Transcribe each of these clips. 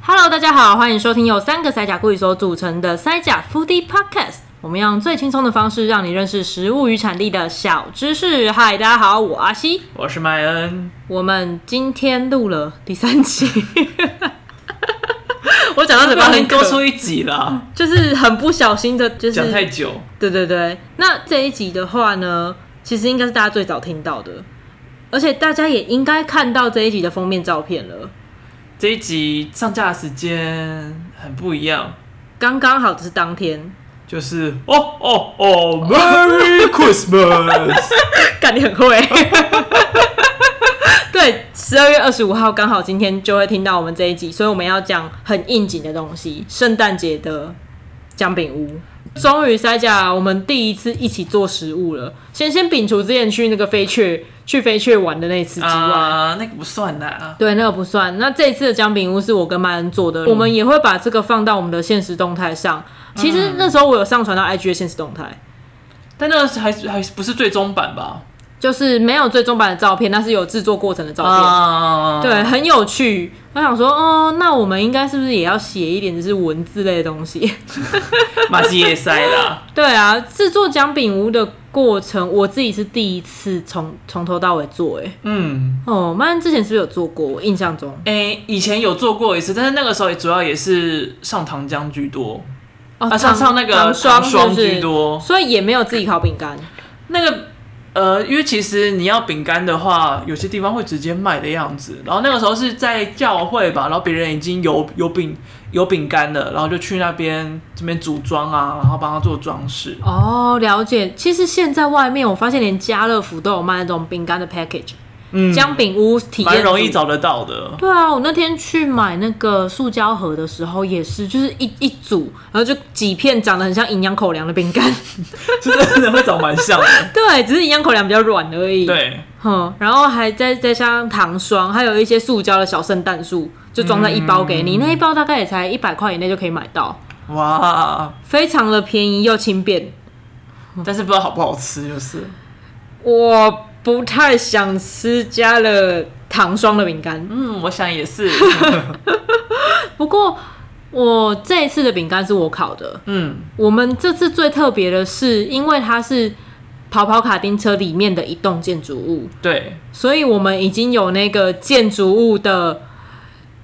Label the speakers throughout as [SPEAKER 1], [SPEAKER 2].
[SPEAKER 1] Hello，大家好，欢迎收听由三个塞甲顾语所组成的塞甲 Foodie Podcast。我们用最轻松的方式，让你认识食物与产地的小知识。嗨，大家好，我阿西。
[SPEAKER 2] 我是麦恩，
[SPEAKER 1] 我们今天录了第三集， 我讲到嘴巴很
[SPEAKER 2] 多
[SPEAKER 1] 多
[SPEAKER 2] 出
[SPEAKER 1] 出，
[SPEAKER 2] 一集啦，
[SPEAKER 1] 就是很不小心的，就
[SPEAKER 2] 讲太
[SPEAKER 1] 是
[SPEAKER 2] 久，
[SPEAKER 1] 对对对。那这一集的话呢，其实应该是大家最早听到的，而且大家也应该看到这一集的封面照片了。
[SPEAKER 2] 这一集上架的时间很不一样，
[SPEAKER 1] 刚刚好只是当天，
[SPEAKER 2] 就是哦哦哦，Merry Christmas，
[SPEAKER 1] 干你很会。 对，十二月二十五号刚好今天就会听到我们这一集，所以我们要讲很应景的东西，圣诞节的姜饼屋。终于塞甲，我们第一次一起做食物了。先先摒除之前去那个飞雀去飞雀玩的那次之外，
[SPEAKER 2] 啊，那个不算啦，
[SPEAKER 1] 对，那个不算。那这一次的姜饼屋是我跟麦恩做
[SPEAKER 2] 嗯
[SPEAKER 1] 的，我们也会把这个放到我们的现实动态上。其实那时候我有上传到 IG 的现实动态，
[SPEAKER 2] 但那个还还不是最终版吧？
[SPEAKER 1] 就是没有最终版的照片，但是有制作过程的照片。
[SPEAKER 2] 啊，
[SPEAKER 1] 对，，很有趣。我想说，哦，那我们应该是不是也要写一点就是文字类的东西？
[SPEAKER 2] 马西也塞啦，
[SPEAKER 1] 对啊，制作姜饼屋的过程，我自己是第一次从从头到尾做、欸，哎，
[SPEAKER 2] 嗯，
[SPEAKER 1] 哦，曼之前是不是有做过？我印象中，
[SPEAKER 2] 诶、以前有做过一次，但是那个时候也主要也是上糖浆居多，
[SPEAKER 1] 哦，
[SPEAKER 2] 啊，上上那个
[SPEAKER 1] 糖霜是不
[SPEAKER 2] 霜
[SPEAKER 1] 是
[SPEAKER 2] 居多，
[SPEAKER 1] 所以也没有自己烤饼干。
[SPEAKER 2] 那个呃，因为其实你要饼干的话，有些地方会直接卖的样子。然后那个时候是在教会吧，然后别人已经有有饼有饼干了，然后就去那边这边组装啊，然后帮他做装饰。
[SPEAKER 1] 哦，了解。其实现在外面我发现连家乐福都有卖那种饼干的 package，
[SPEAKER 2] 嗯，
[SPEAKER 1] 姜饼屋体验
[SPEAKER 2] 蛮容易
[SPEAKER 1] 组
[SPEAKER 2] 找得到的。
[SPEAKER 1] 对啊，我那天去买那个塑胶盒的时候也是，就是一一组，然后就几片长得很像营养口粮的饼 干。
[SPEAKER 2] 是真的会长蛮 像的。
[SPEAKER 1] 对，只是营养口粮比较软而已。，
[SPEAKER 2] 对，
[SPEAKER 1] 哼，然后还再再加上糖霜，还有一些塑胶的小圣诞树，就装在一包给
[SPEAKER 2] 嗯
[SPEAKER 1] 你，那一包大概也才一百块以内就可以买到，
[SPEAKER 2] 哇！
[SPEAKER 1] 非常的便宜又轻便。
[SPEAKER 2] 但是不知道好不好吃，就是
[SPEAKER 1] 我不太想吃加了糖霜的饼干，
[SPEAKER 2] 嗯，我想也是，
[SPEAKER 1] 不过我这一次的饼干是我烤的，
[SPEAKER 2] 嗯，
[SPEAKER 1] 我们这次最特别的是，因为它是跑跑卡丁车里面的一栋建筑物，
[SPEAKER 2] 对，
[SPEAKER 1] 所以我们已经有那个建筑物的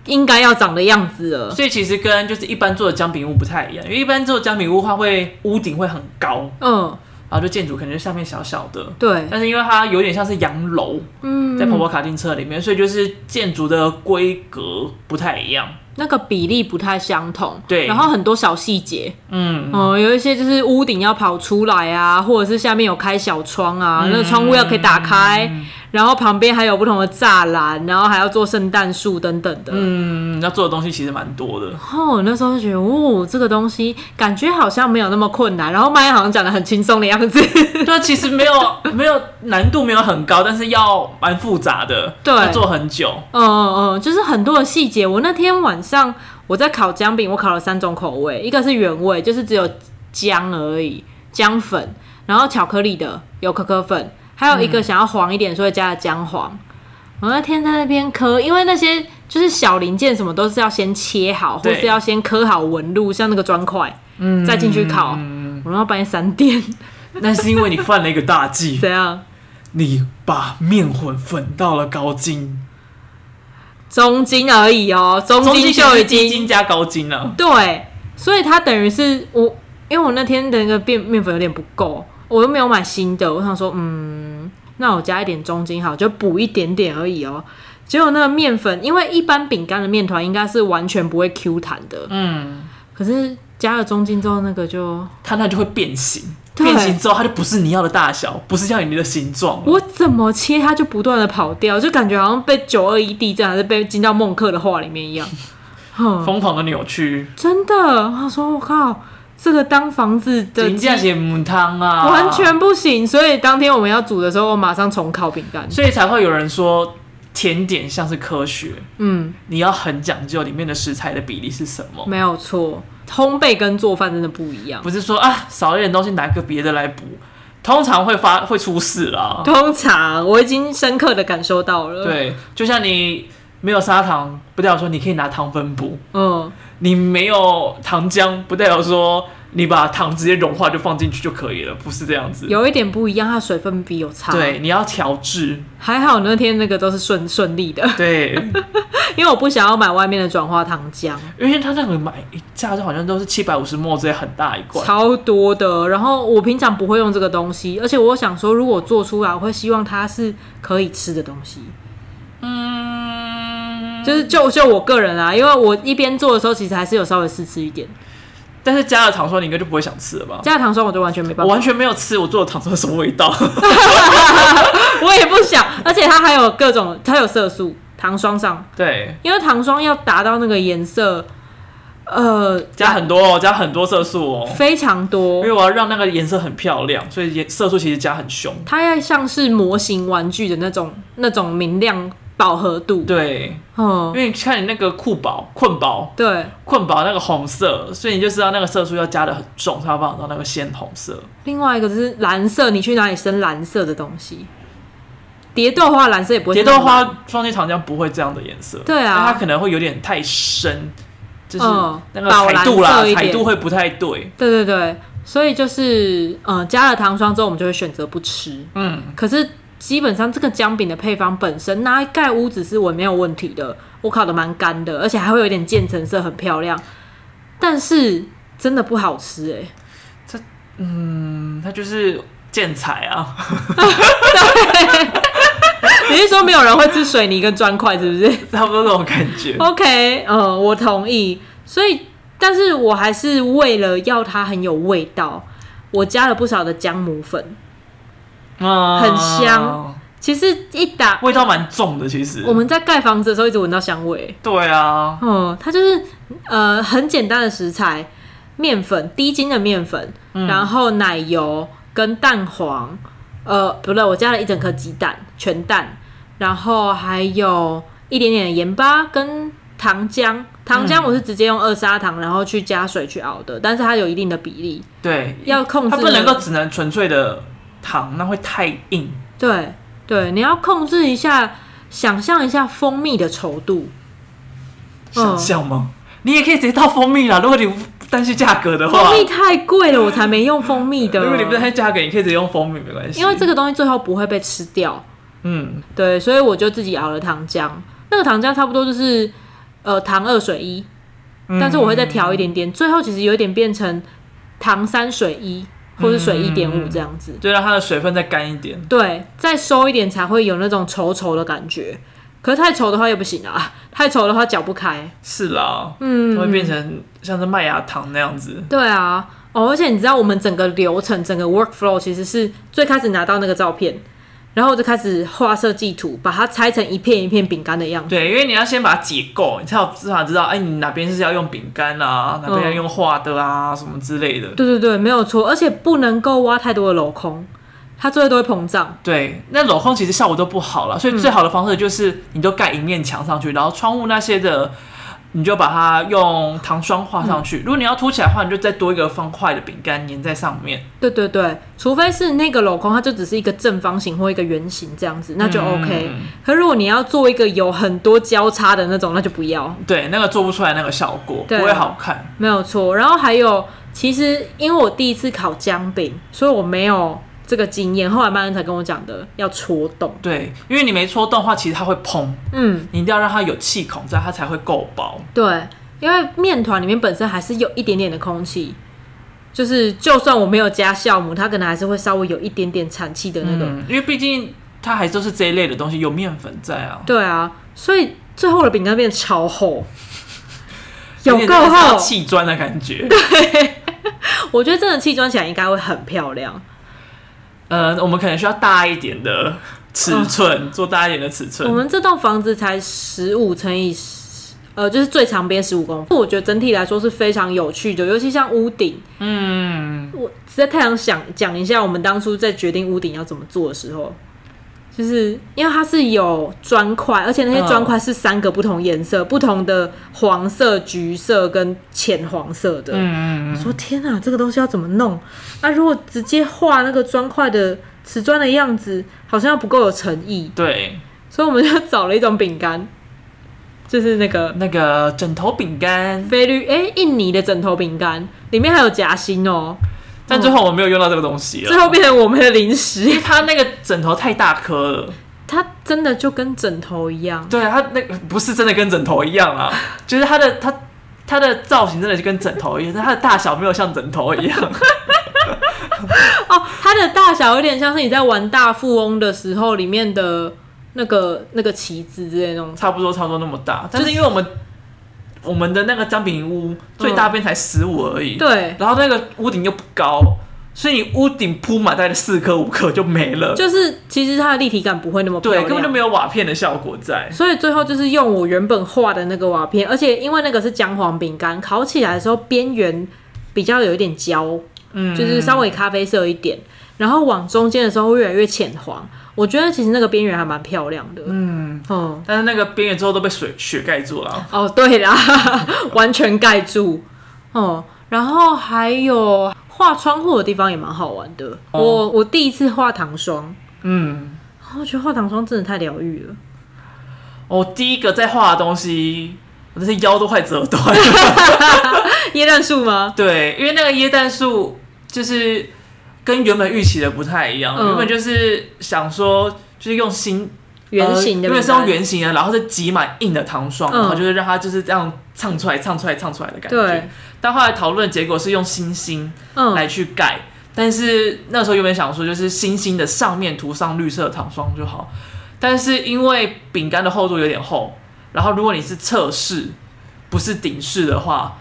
[SPEAKER 1] 应该要长的样子了。
[SPEAKER 2] 所以其实跟就是一般做的姜饼屋不太一样，因为一般做姜饼屋它会屋顶会很高，
[SPEAKER 1] 嗯，
[SPEAKER 2] 然后就建筑可能就下面小小的，
[SPEAKER 1] 对，
[SPEAKER 2] 但是因为它有点像是洋楼，
[SPEAKER 1] 嗯，
[SPEAKER 2] 在跑跑卡丁车里面，所以就是建筑的规格不太一样。
[SPEAKER 1] 那个比例不太相同，
[SPEAKER 2] 对
[SPEAKER 1] 然后很多小细节，
[SPEAKER 2] 嗯，
[SPEAKER 1] 嗯，有一些就是屋顶要跑出来啊，或者是下面有开小窗啊，
[SPEAKER 2] 嗯
[SPEAKER 1] 那个窗户要可以打开，然后旁边还有不同的栅栏，然后还要做圣诞树等等的，
[SPEAKER 2] 嗯，要做的东西其实蛮 多的。
[SPEAKER 1] 哦，我那时候就觉得，哦，这个东西感觉好像没有那么困难，然后麦好像讲的很轻松的样子。
[SPEAKER 2] 对，啊其实没有没有难度没有很高，但是要蛮复杂的，
[SPEAKER 1] 对
[SPEAKER 2] 要做很久。
[SPEAKER 1] 嗯嗯嗯，就是很多的细节。我那天晚上我在烤姜饼，我烤了三种口味，一个是原味，就是只有姜呃而已，姜粉，然后巧克力的有可可粉，还有一个想要黄一点，所以加了姜黄。我那天在那边磕，因为那些就是小零件什么都是要先切好，或
[SPEAKER 2] 对
[SPEAKER 1] 是要先磕好纹路，像那个砖块，嗯，再进去烤。我然后半夜三点，
[SPEAKER 2] 那是因为你犯了一个大 忌，
[SPEAKER 1] 怎样？
[SPEAKER 2] 你把面粉粉到了高筋，
[SPEAKER 1] 中筋而已哦，中筋
[SPEAKER 2] 就
[SPEAKER 1] 就已
[SPEAKER 2] 鸡
[SPEAKER 1] 经
[SPEAKER 2] 筋加高筋了。
[SPEAKER 1] 对，所以它等于是我，因为我那天的那个面面粉有点不够，我又没有买新的，我想说，嗯，那我加一点中筋好，就补一点点而已哦。结果那个面粉，因为一般饼干的面团应该是完全不会 Q 弹的，
[SPEAKER 2] 嗯，
[SPEAKER 1] 可是加了中筋之后，那个就
[SPEAKER 2] 它那就会变形，
[SPEAKER 1] 对
[SPEAKER 2] 变形之后它就不是你要的大小，不是要你的形状了。
[SPEAKER 1] 我怎么切它就不断的跑掉，就感觉好像被九二一地震还是被进到孟克的画里面一样。 哼
[SPEAKER 2] 疯狂的扭曲，
[SPEAKER 1] 真的，我说我靠，这个当房子的
[SPEAKER 2] 金价
[SPEAKER 1] 鸡
[SPEAKER 2] 写母汤啊，
[SPEAKER 1] 完，全不行，所以当天我们要煮的时候，我马上重烤饼干。
[SPEAKER 2] 所以才会有人说甜点像是科学，
[SPEAKER 1] 嗯，
[SPEAKER 2] 你要很讲究里面的食材的比例是什么，
[SPEAKER 1] 没有错，烘焙跟做饭真的不一样。
[SPEAKER 2] 不是说啊少一点东西拿个别的来补，通常会发会出事啦。
[SPEAKER 1] 通常我已经深刻的感受到了，，
[SPEAKER 2] 对，就像你没有砂糖，不代表说你可以拿糖分补，
[SPEAKER 1] 嗯
[SPEAKER 2] 你没有糖浆，不代表说你把糖直接融化就放进去就可以了，不是这样子。
[SPEAKER 1] 有一点不一样，它水分比有差。，
[SPEAKER 2] 对，你要调制。
[SPEAKER 1] 还好那天那个都是顺顺利的，
[SPEAKER 2] 对，
[SPEAKER 1] 因为我不想要买外面的转化糖浆，
[SPEAKER 2] 因为他那个买一架就好像都是七百五十沫，直接很大一罐。
[SPEAKER 1] 超多的。然后我平常不会用这个东西，而且我想说，如果做出来，我会希望它是可以吃的东西。
[SPEAKER 2] 嗯，
[SPEAKER 1] 就是就就我个人啊，因为我一边做的时候，其实还是有稍微试吃一
[SPEAKER 2] 哦
[SPEAKER 1] 点。
[SPEAKER 2] 但是加了糖霜，你应该就不会想吃了吧？
[SPEAKER 1] 加了糖霜我就完全没办
[SPEAKER 2] 我
[SPEAKER 1] 法，
[SPEAKER 2] 完全没有吃，我做的糖霜是什么味 道？
[SPEAKER 1] 我也不想。而且它还有各种，它有色素，糖霜上，
[SPEAKER 2] 对，
[SPEAKER 1] 因为糖霜要达到那个颜色，呃，
[SPEAKER 2] 加很多哦，加很多色素哦，
[SPEAKER 1] 非常
[SPEAKER 2] 因
[SPEAKER 1] 多
[SPEAKER 2] 为，我要让那个颜色很漂亮，所以颜色素其实加很凶。
[SPEAKER 1] 它要像是模型玩具的那种那种明亮饱和度。
[SPEAKER 2] 对，因
[SPEAKER 1] 嗯，
[SPEAKER 2] 为你看你那个酷宝、困宝、
[SPEAKER 1] 对，
[SPEAKER 2] 困宝那个红色，所以你就知道那个色素要加的很重，才有办法到那个鲜红色。
[SPEAKER 1] 另外一个就是蓝色，你去哪里生蓝色的东西？蝶豆花蓝色也不会
[SPEAKER 2] 蝶
[SPEAKER 1] 是
[SPEAKER 2] 豆
[SPEAKER 1] 那么蓝，
[SPEAKER 2] 花放进糖浆不会这样的颜色，
[SPEAKER 1] 对
[SPEAKER 2] 但它
[SPEAKER 1] 啊，
[SPEAKER 2] 可能会有点太深，就是
[SPEAKER 1] 嗯
[SPEAKER 2] 那个彩度
[SPEAKER 1] 宝蓝
[SPEAKER 2] 啦，
[SPEAKER 1] 色一点
[SPEAKER 2] 彩度会不太对。
[SPEAKER 1] 对对对，所以就是呃，加了糖霜之后，我们就会选择不吃。
[SPEAKER 2] 嗯，
[SPEAKER 1] 可是基本上这个姜饼的配方本身拿来盖屋子是我没有问题的，我烤的蛮干的，而且还会有一点渐层色，很漂亮。但是真的不好吃 哎、
[SPEAKER 2] 嗯它就是建材啊，
[SPEAKER 1] 你是说没有人会吃水泥跟砖块是不是
[SPEAKER 2] 差不多这种感 觉。
[SPEAKER 1] ？OK，嗯，我同意。所以，但是我还是为了要它很有味道，我加了不少的姜母粉。
[SPEAKER 2] 嗯，
[SPEAKER 1] 很香，其实一打
[SPEAKER 2] 味道蛮重的。其实
[SPEAKER 1] 我们在盖房子的时候一直闻到香味。
[SPEAKER 2] 对啊，
[SPEAKER 1] 嗯，它就是呃很简单的食材，面粉，低筋的面粉，
[SPEAKER 2] 嗯
[SPEAKER 1] 然后奶油跟蛋黄，呃，不对，我加了一整颗鸡蛋，全蛋，然后还有一点点的盐巴跟糖浆。糖
[SPEAKER 2] 嗯
[SPEAKER 1] 浆我是直接用二砂糖，然后去加水去熬的，但是它有一定的比例，
[SPEAKER 2] 对，
[SPEAKER 1] 要控制
[SPEAKER 2] 它
[SPEAKER 1] 那个。
[SPEAKER 2] 不能够只能纯粹的糖，那会太硬。
[SPEAKER 1] 对对，你要控制一下，想象一下蜂蜜的稠度。嗯
[SPEAKER 2] 想象吗？你也可以直接倒蜂蜜啦，如果你不担心价格的话
[SPEAKER 1] 蜂，蜜太贵了，我才没用蜂蜜的。
[SPEAKER 2] 如果你不担心价格，你可以直接用蜂蜜，没关系。
[SPEAKER 1] 因为这个东西最后不会被吃掉，
[SPEAKER 2] 嗯，
[SPEAKER 1] 对，所以我就自己熬了糖浆。那个糖浆差不多就是呃糖二水一，
[SPEAKER 2] 嗯
[SPEAKER 1] 但是我会再调一点点，最后其实有一点变成糖三水一或是水一点
[SPEAKER 2] 嗯
[SPEAKER 1] 五这样子。
[SPEAKER 2] 就让它的水分再干一点。
[SPEAKER 1] 对，再收一点才会有那种稠稠的感觉。可是太稠的话也不行啊，太稠的话搅不开。
[SPEAKER 2] 是啦，它
[SPEAKER 1] 嗯，
[SPEAKER 2] 会变成像是麦芽糖那样子。
[SPEAKER 1] 对啊，哦，而且你知道我们整个流程、整个 workflow 其实是最开始拿到那个照片，然后我就开始画设计图，把它拆成一片一片饼干的样子。
[SPEAKER 2] 对，因为你要先把它解构，你才有办法知道，哎，你哪边是要用饼干啊，哪边要用画的啊，什么之类的。
[SPEAKER 1] 对对对，没有错，而且不能够挖太多的镂空，它最后都会膨胀。
[SPEAKER 2] 对，那镂空其实效果都不好
[SPEAKER 1] 嗯
[SPEAKER 2] 了，所以最好的方式就是你都盖一面墙上去，然后窗户那些的，你就把它用糖霜画上
[SPEAKER 1] 嗯
[SPEAKER 2] 去。如果你要凸起来的话，你就再多一个方块的饼干粘在上面。
[SPEAKER 1] 对对对，除非是那个镂空，它就只是一个正方形或一个圆形这样子，那就 OK。
[SPEAKER 2] 嗯
[SPEAKER 1] 可如果你要做一个有很多交叉的那种，那就不要。
[SPEAKER 2] 对，那个做不出来那个效果，不
[SPEAKER 1] 对
[SPEAKER 2] 会好看。
[SPEAKER 1] 没有错。然后还有，其实因为我第一次烤姜饼，所以我没有这个经验。后来曼恩才跟我讲的，要戳洞。
[SPEAKER 2] 对，因为你没戳洞的话，其实它会蓬，
[SPEAKER 1] 嗯，
[SPEAKER 2] 你一定要让它有气孔在，它才会够薄。
[SPEAKER 1] 对，因为面团里面本身还是有一点点的空气，就是就算我没有加酵母，它可能还是会稍微有一点点产气的那个。
[SPEAKER 2] 嗯，因为毕竟它还都是这一类的东西，有面粉在啊，
[SPEAKER 1] 对啊，所以最后的饼干变得超 厚，有
[SPEAKER 2] 点
[SPEAKER 1] 够
[SPEAKER 2] 像是要
[SPEAKER 1] 厚。
[SPEAKER 2] 砌砖的感觉。
[SPEAKER 1] 我觉得真的砌砖起来应该会很漂亮。
[SPEAKER 2] 呃，我们可能需要大一点的尺寸，
[SPEAKER 1] 嗯
[SPEAKER 2] 做大一点的尺
[SPEAKER 1] 我
[SPEAKER 2] 寸。
[SPEAKER 1] 们这栋房子才十五乘以十，呃，就是最长边十五公分。我觉得整体来说是非常有趣的，尤其像屋顶。
[SPEAKER 2] 嗯，
[SPEAKER 1] 我在太阳想讲一下，我们当初在决定屋顶要怎么做的时候，就是因为它是有砖块，而且那些砖块是三个不同颜色、不同的黄色、橘色跟浅黄色的。
[SPEAKER 2] 嗯
[SPEAKER 1] 我说天哪，这个东西要怎么弄？啊，如果直接画那个砖块的瓷砖的样子，好像不够有诚意。
[SPEAKER 2] 对，
[SPEAKER 1] 所以我们就找了一种饼干，就是那个
[SPEAKER 2] 那个枕头饼干，
[SPEAKER 1] 菲律哎、印尼的枕头饼干，里面还有夹心哦、
[SPEAKER 2] 但最后我没有用到这个东西了。
[SPEAKER 1] 最后变成我们的零
[SPEAKER 2] 因
[SPEAKER 1] 食
[SPEAKER 2] 为。它那个枕头太大颗了，
[SPEAKER 1] 它真的就跟枕头一样，
[SPEAKER 2] 对啊它那个不是真的跟枕头一样 啊，就是它的它它的造型真的就跟枕头一样，但它的大小没有像枕头一 样。
[SPEAKER 1] 哦，它的大小有点像是你在玩大富翁的时候里面的那个那个棋子之类的那种。
[SPEAKER 2] 差不多差不多那么大，但是因为我们我们的那个姜饼屋最大边才十五而已，，
[SPEAKER 1] 对，
[SPEAKER 2] 然后那个屋顶又不高，所以你屋顶铺满大概四颗五颗就没了，
[SPEAKER 1] 就是其实它的立体感不会那么漂
[SPEAKER 2] 对，
[SPEAKER 1] 亮，
[SPEAKER 2] 根本就没有瓦片的效果在。
[SPEAKER 1] 所以最后就是用我原本画的那个瓦片，而且因为那个是姜黄饼干，烤起来的时候边缘比较有一点焦，
[SPEAKER 2] 嗯，
[SPEAKER 1] 就是稍微咖啡色一点，然后往中间的时候会越来越浅黄。我觉得其实那个边缘还蛮漂亮的。嗯嗯，
[SPEAKER 2] 但是那个边缘之后都被水雪盖住了啊，
[SPEAKER 1] 哦对啦， 完全盖住。哦、然后还有画窗户的地方也蛮好玩的。
[SPEAKER 2] 哦
[SPEAKER 1] 我我第一次画糖霜，
[SPEAKER 2] 嗯。
[SPEAKER 1] 啊我觉得画糖霜真的太疗愈了。
[SPEAKER 2] 我第一个在画的东西，我真是腰都快折断了。
[SPEAKER 1] 椰蛋树吗？
[SPEAKER 2] 对，因为那个椰蛋树就是跟原本预期的不太一样，
[SPEAKER 1] 嗯
[SPEAKER 2] 原本就是想说就是用新
[SPEAKER 1] 圆形的饼
[SPEAKER 2] 呃因为是用
[SPEAKER 1] 干，
[SPEAKER 2] 圆形的，然后是挤满硬的糖霜，
[SPEAKER 1] 嗯
[SPEAKER 2] 然后就是让它就是这样唱出来、唱出来、唱出来的感觉
[SPEAKER 1] 对。，
[SPEAKER 2] 但后来讨论结果是用星星
[SPEAKER 1] 嗯，
[SPEAKER 2] 来去盖，但是那时候原本想说就是星星的上面涂上绿色的糖霜就好，但是因为饼干的厚度有点厚，然后如果你是侧式不是顶式的话，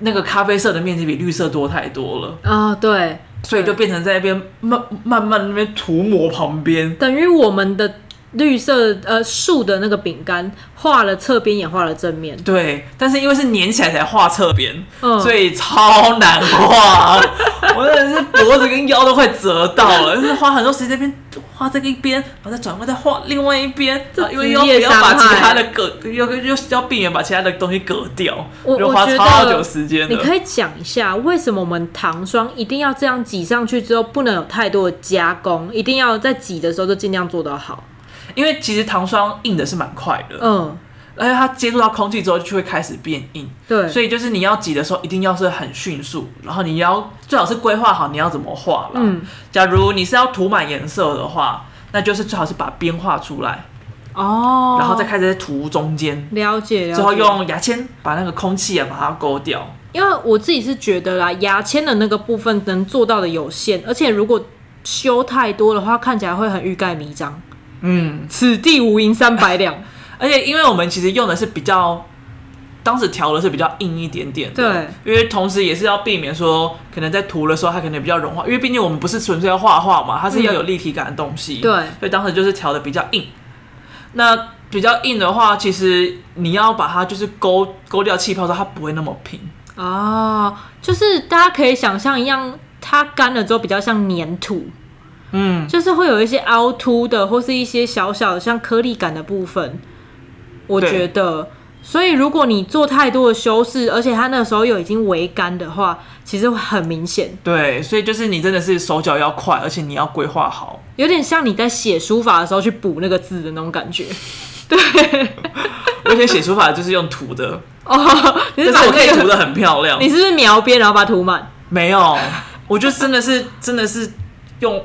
[SPEAKER 2] 那个咖啡色的面积比绿色多太多了，
[SPEAKER 1] 啊、对，
[SPEAKER 2] 所以就变成在那边慢慢慢那边涂抹旁边。
[SPEAKER 1] 等于我们的绿色呃树的那个饼干画了侧边也画了正面，
[SPEAKER 2] 对，但是因为是粘起来才画侧边，
[SPEAKER 1] 嗯，
[SPEAKER 2] 所以超难画， 我真的是脖子跟腰都快折到了，就是花很多时间这边画这个一边，然后再转过再画另外一边，
[SPEAKER 1] 这
[SPEAKER 2] 啊因为又
[SPEAKER 1] 职业
[SPEAKER 2] 又要把
[SPEAKER 1] 伤
[SPEAKER 2] 其
[SPEAKER 1] 害
[SPEAKER 2] 他的隔，又又要避免把其他的东西隔掉，
[SPEAKER 1] 我
[SPEAKER 2] 就
[SPEAKER 1] 我
[SPEAKER 2] 花
[SPEAKER 1] 觉
[SPEAKER 2] 超
[SPEAKER 1] 得
[SPEAKER 2] 久时间
[SPEAKER 1] 你
[SPEAKER 2] 的。
[SPEAKER 1] 可以讲一下为什么我们糖霜一定要这样挤上去之后不能有太多的加工，一定要在挤的时候就尽量做到好。
[SPEAKER 2] 因为其实糖霜硬的是蛮快的，
[SPEAKER 1] 嗯，
[SPEAKER 2] 而且它接触到空气之后就会开始变硬，
[SPEAKER 1] 对，
[SPEAKER 2] 所以就是你要挤的时候一定要是很迅速，然后你要最好是规划好你要怎么画啦。
[SPEAKER 1] 嗯，
[SPEAKER 2] 假如你是要涂满颜色的话，那就是最好是把边画出来。
[SPEAKER 1] 哦，
[SPEAKER 2] 然后再开始在涂中间，
[SPEAKER 1] 了解了解，
[SPEAKER 2] 之后用牙签把那个空气啊把它勾掉。
[SPEAKER 1] 因为我自己是觉得啦，牙签的那个部分能做到的有限，而且如果修太多的话，看起来会很欲盖弥彰。
[SPEAKER 2] 嗯，
[SPEAKER 1] 此地无银三百两。
[SPEAKER 2] 而且因为我们其实用的是比较，当时调的是比较硬一点点的，对，因为同时也是要避免说可能在涂的时候它可能比较融化，因为毕竟我们不是纯粹要画画嘛，它是要有立体感的东西，
[SPEAKER 1] 嗯对
[SPEAKER 2] 所以当时就是调的比较硬。那比较硬的话，其实你要把它就是勾勾掉气泡之后，它不会那么平。
[SPEAKER 1] 哦，就是大家可以想象一样，它干了之后比较像粘土，
[SPEAKER 2] 嗯，
[SPEAKER 1] 就是会有一些凹凸的，或是一些小小的像颗粒感的部分。我
[SPEAKER 2] 对
[SPEAKER 1] 觉得，所以如果你做太多的修饰，而且它那时候又已经微干的话，其实会很明显，
[SPEAKER 2] 对，所以就是你真的是手脚要快，而且你要规划好。
[SPEAKER 1] 有点像你在写书法的时候去补那个字的那种感觉。
[SPEAKER 2] 我以前写书法就是用涂的，
[SPEAKER 1] 哦，你是
[SPEAKER 2] 但是
[SPEAKER 1] 把
[SPEAKER 2] 我可以
[SPEAKER 1] 那
[SPEAKER 2] 涂
[SPEAKER 1] 个，
[SPEAKER 2] 的很漂亮
[SPEAKER 1] 你。是不是描边然后把它涂满？
[SPEAKER 2] 没有，我就真的是真的是用，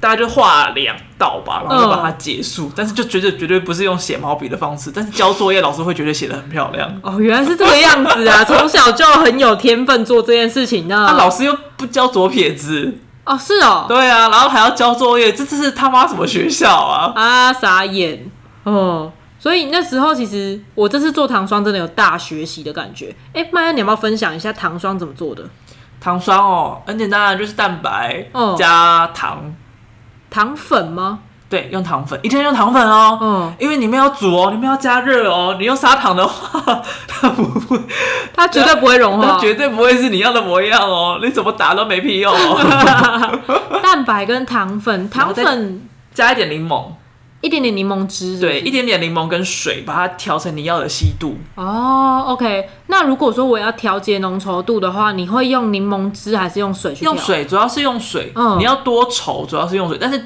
[SPEAKER 2] 大家就画两道吧，然后就把
[SPEAKER 1] 嗯
[SPEAKER 2] 它结束。但是就绝对绝对不是用写毛笔的方式，但是交作业老师会觉得写的很漂亮。
[SPEAKER 1] 哦，原来是这个样子 啊！从小就很有天分做这件事情呢、
[SPEAKER 2] 啊，老师又不教左撇子，
[SPEAKER 1] 哦，是哦，
[SPEAKER 2] 对啊，然后还要交作业，这这是他妈什么学校啊？
[SPEAKER 1] 啊，傻眼哦。所以那时候其实我这次做糖霜真的有大学习的感觉。哎、麦恩，你要不要分享一下糖霜怎么做的？
[SPEAKER 2] 糖霜哦，很简单啊，就是蛋白
[SPEAKER 1] 哦
[SPEAKER 2] 加糖，
[SPEAKER 1] 糖粉吗？
[SPEAKER 2] 对，用糖粉，一定要用糖粉哦。
[SPEAKER 1] 嗯，
[SPEAKER 2] 因为你们要煮哦，你们要加热哦。你用砂糖的话， 它不会，
[SPEAKER 1] 它绝对不会融
[SPEAKER 2] 它
[SPEAKER 1] 化。
[SPEAKER 2] 绝对不会是你要的模样哦。你怎么打都没屁 用哦。
[SPEAKER 1] 蛋白跟糖粉，
[SPEAKER 2] 然后
[SPEAKER 1] 糖
[SPEAKER 2] 再
[SPEAKER 1] 粉
[SPEAKER 2] 加一点柠檬，
[SPEAKER 1] 一点点柠檬汁是不是
[SPEAKER 2] 对，一点点柠檬跟水，把它调成你要的稀度。
[SPEAKER 1] 哦，OK。那如果说我要调节浓稠度的话，你会用柠檬汁还是用水去调？
[SPEAKER 2] 用水主要是用水，
[SPEAKER 1] 嗯
[SPEAKER 2] 你要多稠主要是用水，但是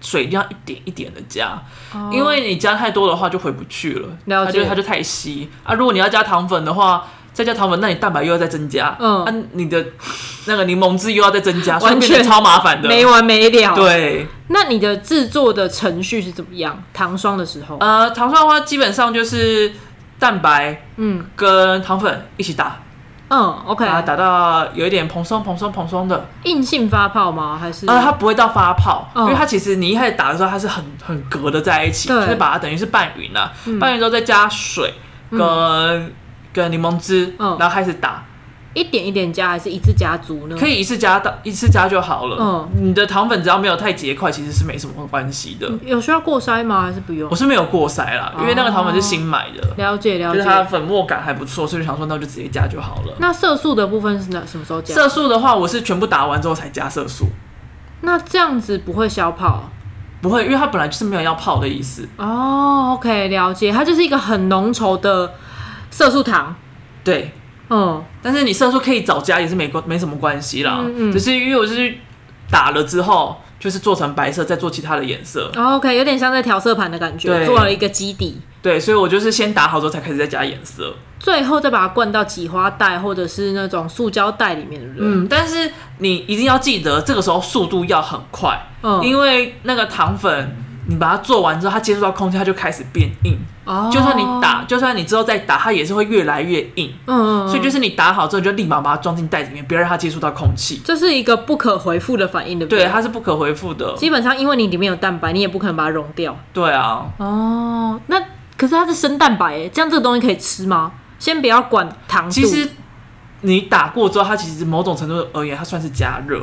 [SPEAKER 2] 水一定要一点一点的加，
[SPEAKER 1] 哦
[SPEAKER 2] 因为你加太多的话就回不去了，
[SPEAKER 1] 了
[SPEAKER 2] 它就
[SPEAKER 1] 解
[SPEAKER 2] 它就太稀啊。如果你要加糖粉的话，再加糖粉，那你蛋白又要再增加，
[SPEAKER 1] 嗯
[SPEAKER 2] 啊，你的 那个柠檬汁又要再增加，所以
[SPEAKER 1] 完全
[SPEAKER 2] 变得超麻烦的。
[SPEAKER 1] 没完没了。，
[SPEAKER 2] 对，
[SPEAKER 1] 那你的制作的程序是怎么样？糖霜的时候，
[SPEAKER 2] 呃，糖霜的话基本上就是蛋白
[SPEAKER 1] 嗯
[SPEAKER 2] 跟糖粉一起打，
[SPEAKER 1] 嗯，OK，
[SPEAKER 2] 把它打到有一点蓬松、蓬松、蓬松的，
[SPEAKER 1] 硬性发泡吗？还是
[SPEAKER 2] 呃，它不会到发泡，
[SPEAKER 1] 嗯
[SPEAKER 2] 因为它其实你一开始打的时候它是很很隔的在一起，
[SPEAKER 1] 对嗯
[SPEAKER 2] 就是把它等于是拌匀了、拌匀之后再加水跟、跟柠檬汁，
[SPEAKER 1] 嗯
[SPEAKER 2] 然后开始打，
[SPEAKER 1] 一点一点加，还是一次加足呢？
[SPEAKER 2] 可
[SPEAKER 1] 以，
[SPEAKER 2] 以一次加到一次加就好了。
[SPEAKER 1] 嗯
[SPEAKER 2] 你的糖粉只要没有太结块，其实是没什么关系的。
[SPEAKER 1] 有需要过筛吗？还是不用
[SPEAKER 2] 我？是没有过筛啦，因为那个糖粉是新买的。
[SPEAKER 1] 哦了解了
[SPEAKER 2] 就是它的
[SPEAKER 1] 解。
[SPEAKER 2] 粉末感还不错，所以想说那我就直接加就好了。
[SPEAKER 1] 那色素的部分是哪什么时候加？
[SPEAKER 2] 色素的话，我是全部打完之后才加色素，
[SPEAKER 1] 那这样子不会消泡啊
[SPEAKER 2] 不会，因为它本来就是没有要泡的意思。
[SPEAKER 1] 哦。OK，了解，它就是一个很浓稠的色素糖。
[SPEAKER 2] 对，
[SPEAKER 1] 嗯，
[SPEAKER 2] 但是你色素可以早加也是没关没什么关系啦，
[SPEAKER 1] 嗯嗯
[SPEAKER 2] 只是因为我就是打了之后就是做成白色，再做其他的颜色。
[SPEAKER 1] 哦，OK，有点像在调色盘的感觉，
[SPEAKER 2] 对
[SPEAKER 1] 做了一个基底，
[SPEAKER 2] 对，所以我就是先打好之后才开始再加颜色。
[SPEAKER 1] 最后再把它灌到挤花袋或者是那种塑胶袋里面，对不对？
[SPEAKER 2] 嗯，但是你一定要记得这个时候速度要很快，
[SPEAKER 1] 嗯，
[SPEAKER 2] 因为那个糖粉你把它做完之后，它接触到空气它就开始变硬。
[SPEAKER 1] 哦
[SPEAKER 2] 就算你打，，就算你之后再打，它也是会越来越硬。
[SPEAKER 1] 嗯嗯，
[SPEAKER 2] 所以就是是你打好之后，你就立马把它装进袋子里面，不要让它接触到空气。
[SPEAKER 1] 这是一个不可回复的反应，对不
[SPEAKER 2] 对，它是不可回复的。
[SPEAKER 1] 基本上因为你里面有蛋白，你也不可能把它溶掉。
[SPEAKER 2] 对啊，
[SPEAKER 1] 哦，那可是它是生蛋白耶，欸这样这个东西可以吃吗？先不要管糖度，
[SPEAKER 2] 其实你打过之后，它其实某种程度而言，它算是加热，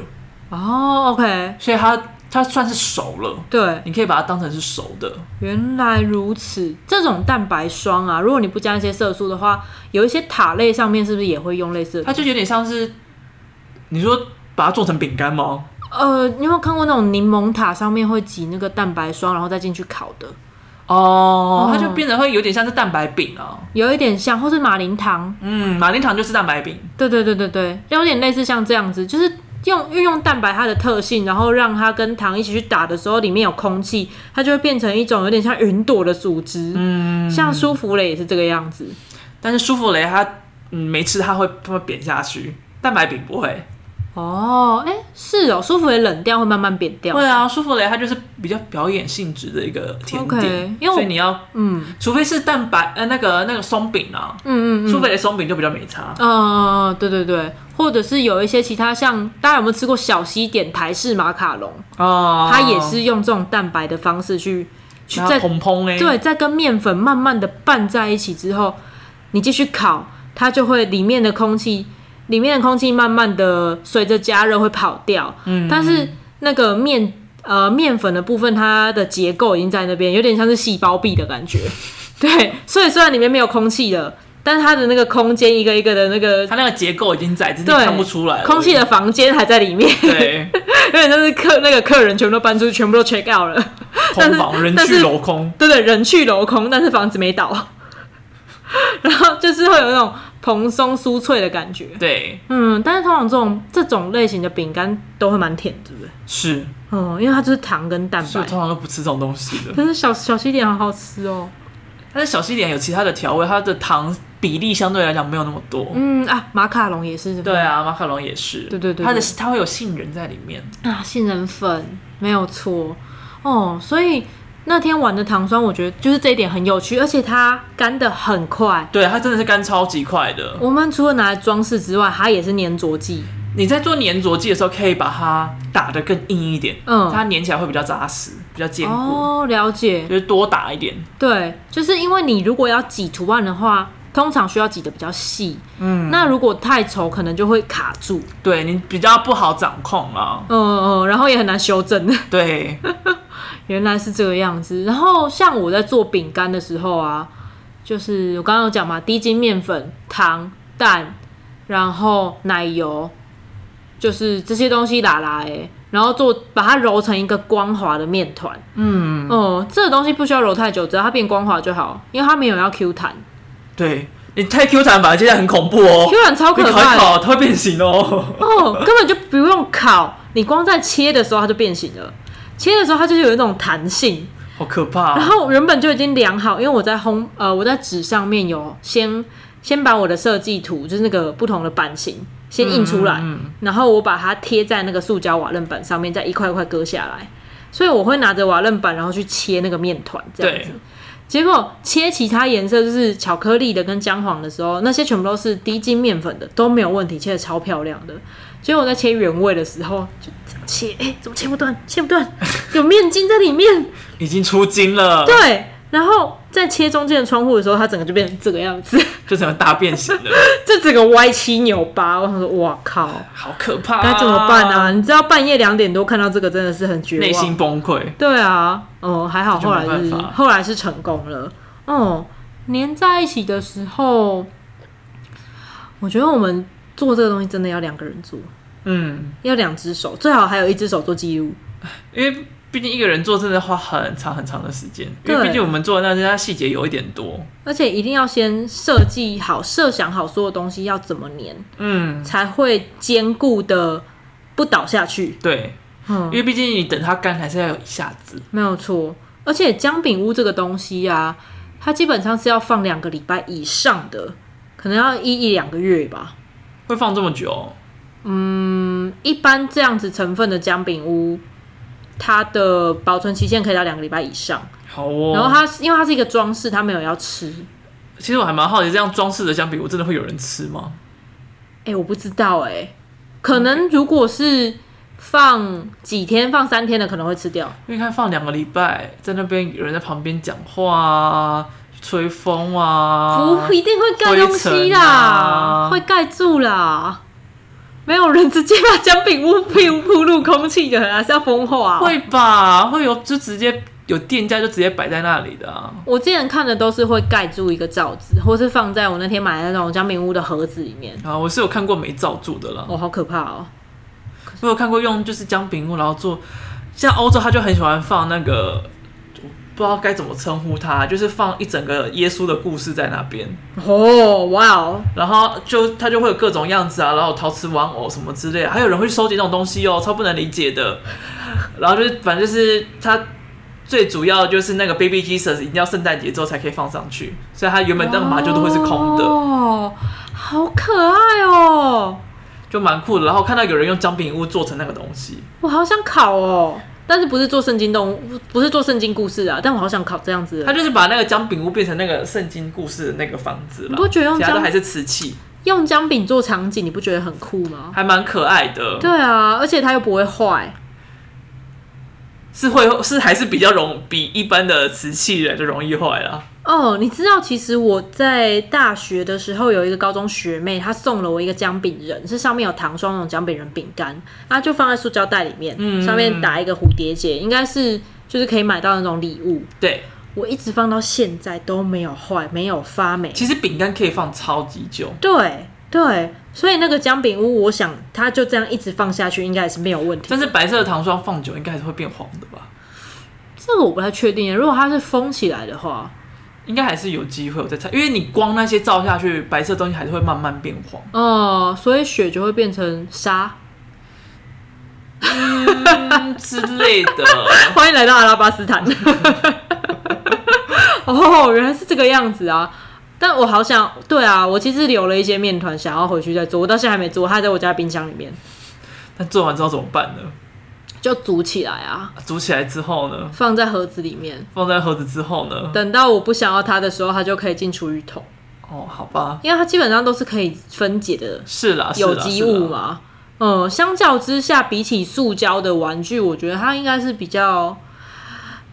[SPEAKER 1] 哦，OK，
[SPEAKER 2] 所以它它算是熟了。
[SPEAKER 1] 对，
[SPEAKER 2] 你可以把它当成是熟的，
[SPEAKER 1] 原来如此。这种蛋白霜啊，如果你不加一些色素的话，有一些塔类上面是不是也会用类似的？
[SPEAKER 2] 它就有点像是你说把它做成饼干吗？
[SPEAKER 1] 呃，你有没有看过那种柠檬塔上面会挤那个蛋白霜，然后再进去烤的？
[SPEAKER 2] 哦，
[SPEAKER 1] 嗯
[SPEAKER 2] 它就变得会有点像是蛋白饼啊。
[SPEAKER 1] 有一点像，或是马铃糖，
[SPEAKER 2] 嗯，马铃糖就是蛋白饼，
[SPEAKER 1] 对对对对对，有点类似像这样子，就是用运用蛋白它的特性，然后让它跟糖一起去打的时候，里面有空气，它就会变成一种有点像云朵的组织，嗯，像舒芙蕾也是这个样子。
[SPEAKER 2] 但是舒芙蕾它嗯没吃它会它会扁下去，蛋白饼不会。
[SPEAKER 1] 哦，哎、是哦，舒芙蕾冷掉会慢慢扁掉，
[SPEAKER 2] 会啊，舒芙蕾它就是比较表演性质的一个甜点
[SPEAKER 1] OK，因为我
[SPEAKER 2] 所以你要
[SPEAKER 1] 嗯
[SPEAKER 2] 除非是蛋白呃那个那个松饼啊，
[SPEAKER 1] 嗯嗯嗯，
[SPEAKER 2] 舒芙蕾松饼就比较没差。
[SPEAKER 1] 嗯嗯嗯，对对对，或者是有一些其他像大家有没有吃过小西点台式马卡龙，
[SPEAKER 2] 哦，
[SPEAKER 1] 它也是用这种蛋白的方式去去
[SPEAKER 2] 然后
[SPEAKER 1] 在
[SPEAKER 2] 蓬蓬嘞，
[SPEAKER 1] 对，再跟面粉慢慢的拌在一起之后，你继续烤，它就会里面的空气，里面的空气慢慢的随着加热会跑掉。嗯，但是那个面呃面粉的部分，它的结构已经在那边，有点像是细胞壁的感觉。对，所以虽然里面没有空气了，但是它的那个空间一个一个的那个
[SPEAKER 2] 它那个结构已经在，只是你
[SPEAKER 1] 对
[SPEAKER 2] 看不出来而已。
[SPEAKER 1] 空气的房间还在里面，
[SPEAKER 2] 对，
[SPEAKER 1] 有点像是客那个客人全部都搬出去，全部都 check out 了。但
[SPEAKER 2] 空
[SPEAKER 1] 是
[SPEAKER 2] 房人
[SPEAKER 1] 但
[SPEAKER 2] 去
[SPEAKER 1] 是
[SPEAKER 2] 楼空，
[SPEAKER 1] 对对，人去楼空，但是房子没倒， 然后就是会有那种蓬松酥脆的感觉。
[SPEAKER 2] 对，
[SPEAKER 1] 嗯，但是通常这种这种类型的饼干都会蛮甜，对不对？
[SPEAKER 2] 是，
[SPEAKER 1] 嗯，因为它就是糖跟蛋
[SPEAKER 2] 所以
[SPEAKER 1] 白
[SPEAKER 2] 我。通常都不吃这种东西的。
[SPEAKER 1] 可是小小西点好好吃哦。
[SPEAKER 2] 但是小西点有其他的调味，它的糖比例相对来讲没有那么多。
[SPEAKER 1] 嗯啊，马卡龙也是。
[SPEAKER 2] 对啊，马卡龙也是，
[SPEAKER 1] 对对对对
[SPEAKER 2] 它的它会有杏仁在里面。
[SPEAKER 1] 啊，杏仁粉没有错哦。所以那天玩的糖霜，我觉得就是这一点很有趣，而且它干的很快。
[SPEAKER 2] 对，它真的是干超级快的。
[SPEAKER 1] 我们除了拿来装饰之外，它也是粘着剂。
[SPEAKER 2] 你在做粘着剂的时候，可以把它打得更硬一点，
[SPEAKER 1] 嗯
[SPEAKER 2] 它粘起来会比较扎实，比较坚固，
[SPEAKER 1] 哦，了解。
[SPEAKER 2] 就是多打一点。
[SPEAKER 1] 对，就是因为你如果要挤图案的话，通常需要挤的比较细。嗯，那如果太稠，可能就会卡住。
[SPEAKER 2] 对你比较不好掌控啊。
[SPEAKER 1] 嗯嗯，然后也很难修正。
[SPEAKER 2] 对，
[SPEAKER 1] 原来是这个样子。然后像我在做饼干的时候啊，就是我刚刚有讲嘛，低筋面粉、糖、蛋，然后奶油，就是这些东西打来、欸，然后做把它揉成一个光滑的面团。嗯，哦、这个东西不需要揉太久，只要它变光滑就好，因为它没有要 Q 弹
[SPEAKER 2] 对你太 Q 弹反而现在很恐怖哦，
[SPEAKER 1] ，Q 弹超
[SPEAKER 2] 你
[SPEAKER 1] 可
[SPEAKER 2] 烤
[SPEAKER 1] 怕
[SPEAKER 2] 一
[SPEAKER 1] 的。
[SPEAKER 2] 烤它会变形哦。
[SPEAKER 1] 哦，根本就不用烤，你光在切的时候它就变形了。切的时候它就是有一种弹性，
[SPEAKER 2] 好可怕、
[SPEAKER 1] 然
[SPEAKER 2] 啊！
[SPEAKER 1] 后原本就已经量好，因为我在烘呃我在纸上面有先先把我的设计图，就是那个不同的版型先印出来，
[SPEAKER 2] 嗯嗯
[SPEAKER 1] 然后我把它贴在那个塑胶瓦楞板上面，再一块一块割下来。所以我会拿着瓦楞板，然后去切那个面团，这样
[SPEAKER 2] 对
[SPEAKER 1] 子。，结果切其他颜色，就是巧克力的跟姜黄的时候，那些全部都是低筋面粉的，都没有问题，切的超漂亮的。结果我在切原味的时候，就这样切，哎、怎么切不断？切不断，有面筋在里面。
[SPEAKER 2] 已经出金了，
[SPEAKER 1] 对，然后在切中间的窗户的时候，它整个就变成这个样子，
[SPEAKER 2] 就成了大变形了，
[SPEAKER 1] 这整个歪七扭八。我想说，哇靠，
[SPEAKER 2] 好可怕、
[SPEAKER 1] 该怎么办？啊？你知道半夜两点多看到这个，真的是很绝望。
[SPEAKER 2] 内心崩溃，
[SPEAKER 1] 对啊，哦，还好
[SPEAKER 2] 就
[SPEAKER 1] 后来
[SPEAKER 2] 没办
[SPEAKER 1] 是
[SPEAKER 2] 法
[SPEAKER 1] 后来是成功了。哦，粘在一起的时候，我觉得我们做这个东西真的要两个人做，
[SPEAKER 2] 嗯，
[SPEAKER 1] 要两只手，最好还有一只手做记录。
[SPEAKER 2] 因为毕竟一个人做真的花很长很长的时间，
[SPEAKER 1] 对
[SPEAKER 2] 因为毕竟我们做的那些它细节有一点多，
[SPEAKER 1] 而且一定要先设计好、设想好所有东西要怎么粘，
[SPEAKER 2] 嗯，
[SPEAKER 1] 才会坚固的不倒下去。
[SPEAKER 2] 对，
[SPEAKER 1] 嗯
[SPEAKER 2] 因，为毕竟你等它干还是要有一下子，
[SPEAKER 1] 没有错。而且姜饼屋这个东西啊，它基本上是要放两个礼拜以上的，可能要一一两个月吧。
[SPEAKER 2] 会放这么久，
[SPEAKER 1] 一般这样子成分的姜饼屋，它的保存期限可以到两个礼拜以上。
[SPEAKER 2] 好哦。
[SPEAKER 1] 然后它是因为它是一个装饰，它没有要吃。
[SPEAKER 2] 其实我还蛮好奇，这样装饰的姜饼屋真的会有人吃吗？
[SPEAKER 1] 哎、我不知道哎、可能如果是放几天、放三天的，可能会吃掉。
[SPEAKER 2] 因为看放两个礼拜，在那边有人在旁边讲话啊，吹风啊，
[SPEAKER 1] 不一定会盖东西啦，
[SPEAKER 2] 灰尘啊
[SPEAKER 1] 会盖住啦。没有人直接把姜饼屋铺铺入空气的啦，是要风化、啊
[SPEAKER 2] 会吧？会有就直接有店家就直接摆在那里的、啊，
[SPEAKER 1] 我之前看的都是会盖住一个罩子，或是放在我那天买的那种姜饼屋的盒子里面。
[SPEAKER 2] 啊，我是有看过没罩住的啦，
[SPEAKER 1] 哦，好可怕哦！
[SPEAKER 2] 我有看过用就是姜饼屋，然后做像欧洲他就很喜欢放那个。不知道该怎么称呼它，就是放一整个耶稣的故事在那边，
[SPEAKER 1] 哦，哇哦，
[SPEAKER 2] 然后就它就会有各种样子啊，然后陶瓷玩偶什么之类的，还有人会收集这种东西哦，超不能理解的。然后就是反正就是它最主要就是那个 Baby Jesus 一定要圣诞节之后才可以放上去，所以它原本那个麻就都会是空的，
[SPEAKER 1] 哦，好可爱哦！
[SPEAKER 2] 就蛮酷的。然后看到有人用姜饼屋做成那个东西，
[SPEAKER 1] 我好想烤哦，但是不是做圣经动物，不是做圣经故事啊，但我好想烤这样子
[SPEAKER 2] 它
[SPEAKER 1] 的。
[SPEAKER 2] 就是把那个姜饼屋变成那个圣经故事的那个房子
[SPEAKER 1] 你
[SPEAKER 2] 了
[SPEAKER 1] 不，觉得用
[SPEAKER 2] 其他都
[SPEAKER 1] 姜
[SPEAKER 2] 还是瓷器，
[SPEAKER 1] 用姜饼做场景，你不觉得很酷吗？
[SPEAKER 2] 还蛮可爱的。
[SPEAKER 1] 对啊，而且它又不会坏，
[SPEAKER 2] 是会是还是比较容比一般的瓷器人就容易坏啦。
[SPEAKER 1] 哦，你知道，其实我在大学的时候有一个高中学妹，她送了我一个姜饼人，是上面有糖霜那种姜饼人饼干，啊，就放在塑胶袋里面，上面打一个蝴蝶结，应该是就是可以买到那种礼物。
[SPEAKER 2] 对，
[SPEAKER 1] 我一直放到现在都没有坏，没有发霉。
[SPEAKER 2] 其实饼干可以放超级久，
[SPEAKER 1] 对对，所以那个姜饼屋，我想它就这样一直放下去，应该也是没有问题。
[SPEAKER 2] 但是白色的糖霜放久应该还是会变黄的吧？
[SPEAKER 1] 这个我不太确定，如果它是封起来的话，
[SPEAKER 2] 应该还是有机会，我在猜，因为你光那些照下去，白色的东西还是会慢慢变黄。
[SPEAKER 1] 哦、所以雪就会变成沙。
[SPEAKER 2] 嗯之类的，
[SPEAKER 1] 欢迎来到阿拉巴斯坦。 哦，原来是这个样子啊！但我好想，对啊，我其实留了一些面团，想要回去再做，我到现在还没做，它还在我家冰箱里面，
[SPEAKER 2] 那做完之后怎么办呢？
[SPEAKER 1] 就煮起来啊，
[SPEAKER 2] 煮起来之后呢？
[SPEAKER 1] 放在盒子里面。
[SPEAKER 2] 放在盒子之后呢？
[SPEAKER 1] 等到我不想要它的时候，它就可以进厨余桶，
[SPEAKER 2] 哦，好吧，
[SPEAKER 1] 因为它基本上都是可以分解的
[SPEAKER 2] 是啦，是啦
[SPEAKER 1] 有机物？
[SPEAKER 2] 是啦
[SPEAKER 1] 嘛。嗯，相较之下，比起塑胶的玩具，我觉得它应该是比较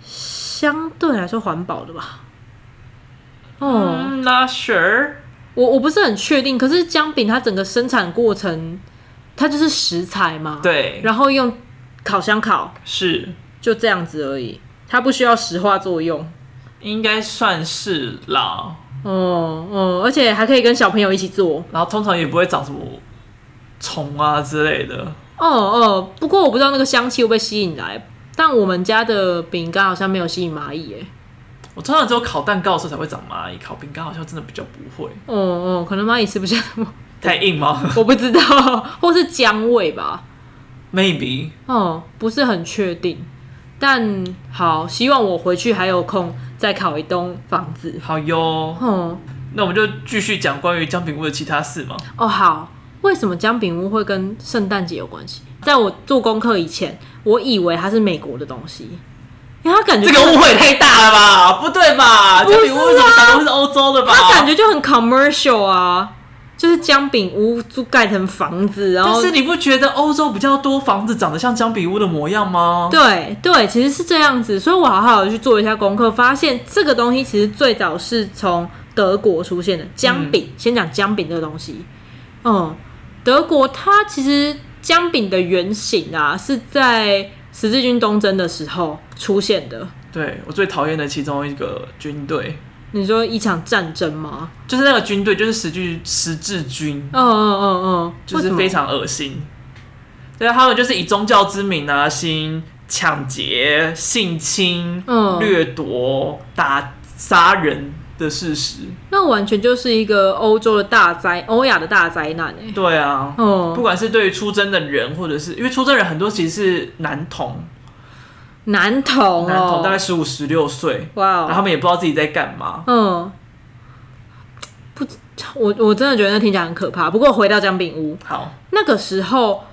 [SPEAKER 1] 相对来说环保的吧。哦、
[SPEAKER 2] 嗯，Not sure。
[SPEAKER 1] 我我不是很确定，可是姜饼它整个生产过程，它就是食材嘛，，
[SPEAKER 2] 对，
[SPEAKER 1] 然后用烤箱烤，
[SPEAKER 2] 是，
[SPEAKER 1] 就这样子而已，它不需要石化作用。
[SPEAKER 2] 应该算是啦。
[SPEAKER 1] 哦、哦、而且还可以跟小朋友一起做。
[SPEAKER 2] 然后通常也不会长什么虫啊之类的。
[SPEAKER 1] 哦哦，不过我不知道那个香气会不会吸引来，但我们家的饼干好像没有吸引蚂蚁诶。
[SPEAKER 2] 我通常只有烤蛋糕的时候才会长蚂蚁，烤饼干好像真的比较不会。
[SPEAKER 1] 哦哦，可能蚂蚁吃不下，
[SPEAKER 2] 太硬吗
[SPEAKER 1] 我不知道，或是姜味吧。
[SPEAKER 2] ？Maybe。
[SPEAKER 1] 哦，不是很确定。但好，希望我回去还有空再烤一栋房子。
[SPEAKER 2] 好哟，
[SPEAKER 1] 哦、
[SPEAKER 2] 那我们就继续讲关于姜饼屋的其他事 嘛。
[SPEAKER 1] 哦，好，为什么姜饼屋会跟圣诞节有关系？在我做功课以前，我以为它是美国的东西，因为它感觉
[SPEAKER 2] 这个误会太大了吧？ 不对吧？
[SPEAKER 1] 不是啊
[SPEAKER 2] 姜饼屋为什么想的是欧洲的吧？
[SPEAKER 1] 它感觉就很 commercial 啊，就是姜饼屋就盖成房子，然
[SPEAKER 2] 但
[SPEAKER 1] 后
[SPEAKER 2] 是你不觉得欧洲比较多房子长得像姜饼屋的模样吗？
[SPEAKER 1] 对对，其实是这样子，所以我好好的去做一下功课，发现这个东西其实最早是从德国出现的姜
[SPEAKER 2] 嗯
[SPEAKER 1] 饼。先讲姜饼这个东西，嗯，德国它其实姜饼的原型啊是在十字军东征的时候出现的。
[SPEAKER 2] 对我最讨厌的其中一个军队，
[SPEAKER 1] 你说一场战争吗？
[SPEAKER 2] 就是那个军队，就是十字十字军，
[SPEAKER 1] 嗯嗯嗯嗯，
[SPEAKER 2] 就
[SPEAKER 1] 为什
[SPEAKER 2] 是
[SPEAKER 1] 么
[SPEAKER 2] 非常恶心。对啊，他们就是以宗教之名啊，行抢劫、性侵、
[SPEAKER 1] 嗯
[SPEAKER 2] 掠夺、打杀人的事实。
[SPEAKER 1] 那完全就是一个欧洲的大灾，欧亚的大灾难哎、
[SPEAKER 2] 对啊，不
[SPEAKER 1] 哦，
[SPEAKER 2] 管是对于出征的人，或者是因为出征人很多其实是男童，
[SPEAKER 1] 男童
[SPEAKER 2] 男童大概
[SPEAKER 1] 哦，
[SPEAKER 2] 十五、十六岁，
[SPEAKER 1] 哇哦
[SPEAKER 2] 然后他们也不知道自己在干嘛。
[SPEAKER 1] 嗯，不知，我我真的觉得那听起来很可怕。不过回到姜饼屋，
[SPEAKER 2] 好，
[SPEAKER 1] 那个时候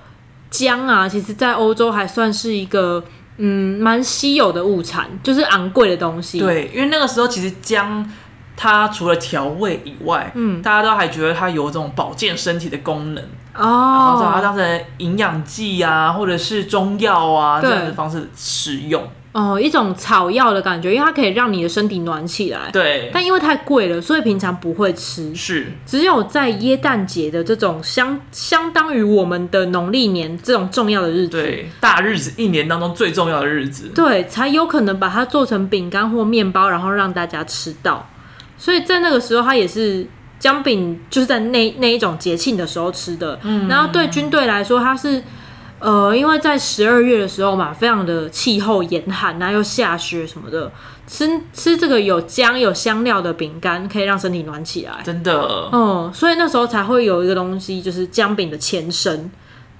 [SPEAKER 1] 姜啊，其实在欧洲还算是一个嗯蛮稀有的物产，就是昂贵的东西。，
[SPEAKER 2] 对，因为那个时候其实姜它除了调味以外，
[SPEAKER 1] 嗯，
[SPEAKER 2] 大家都还觉得它有这种保健身体的功能，然后把它
[SPEAKER 1] 哦
[SPEAKER 2] 当成营养剂啊，或者是中药啊这
[SPEAKER 1] 对
[SPEAKER 2] 样的方式使用。
[SPEAKER 1] 哦，一种草药的感觉，因为它可以让你的身体暖起来。
[SPEAKER 2] 对，
[SPEAKER 1] 但因为太贵了，所以平常不会吃。
[SPEAKER 2] 是，
[SPEAKER 1] 只有在耶诞节的这种相相当于我们的农历年这种重要的日子，
[SPEAKER 2] 对，大日子一年当中最重要的日子。
[SPEAKER 1] 对，才有可能把它做成饼干或面包，然后让大家吃到。所以在那个时候，它也是姜饼，就是在那那一种节庆的时候吃的。嗯，然后对军队来说，它是呃，因为在十二月的时候嘛，非常的气候严寒啊，又下雪什么的，吃吃这个有姜有香料的饼干，可以让身体暖起来。
[SPEAKER 2] 真的，
[SPEAKER 1] 嗯，所以那时候才会有一个东西，就是姜饼的前身。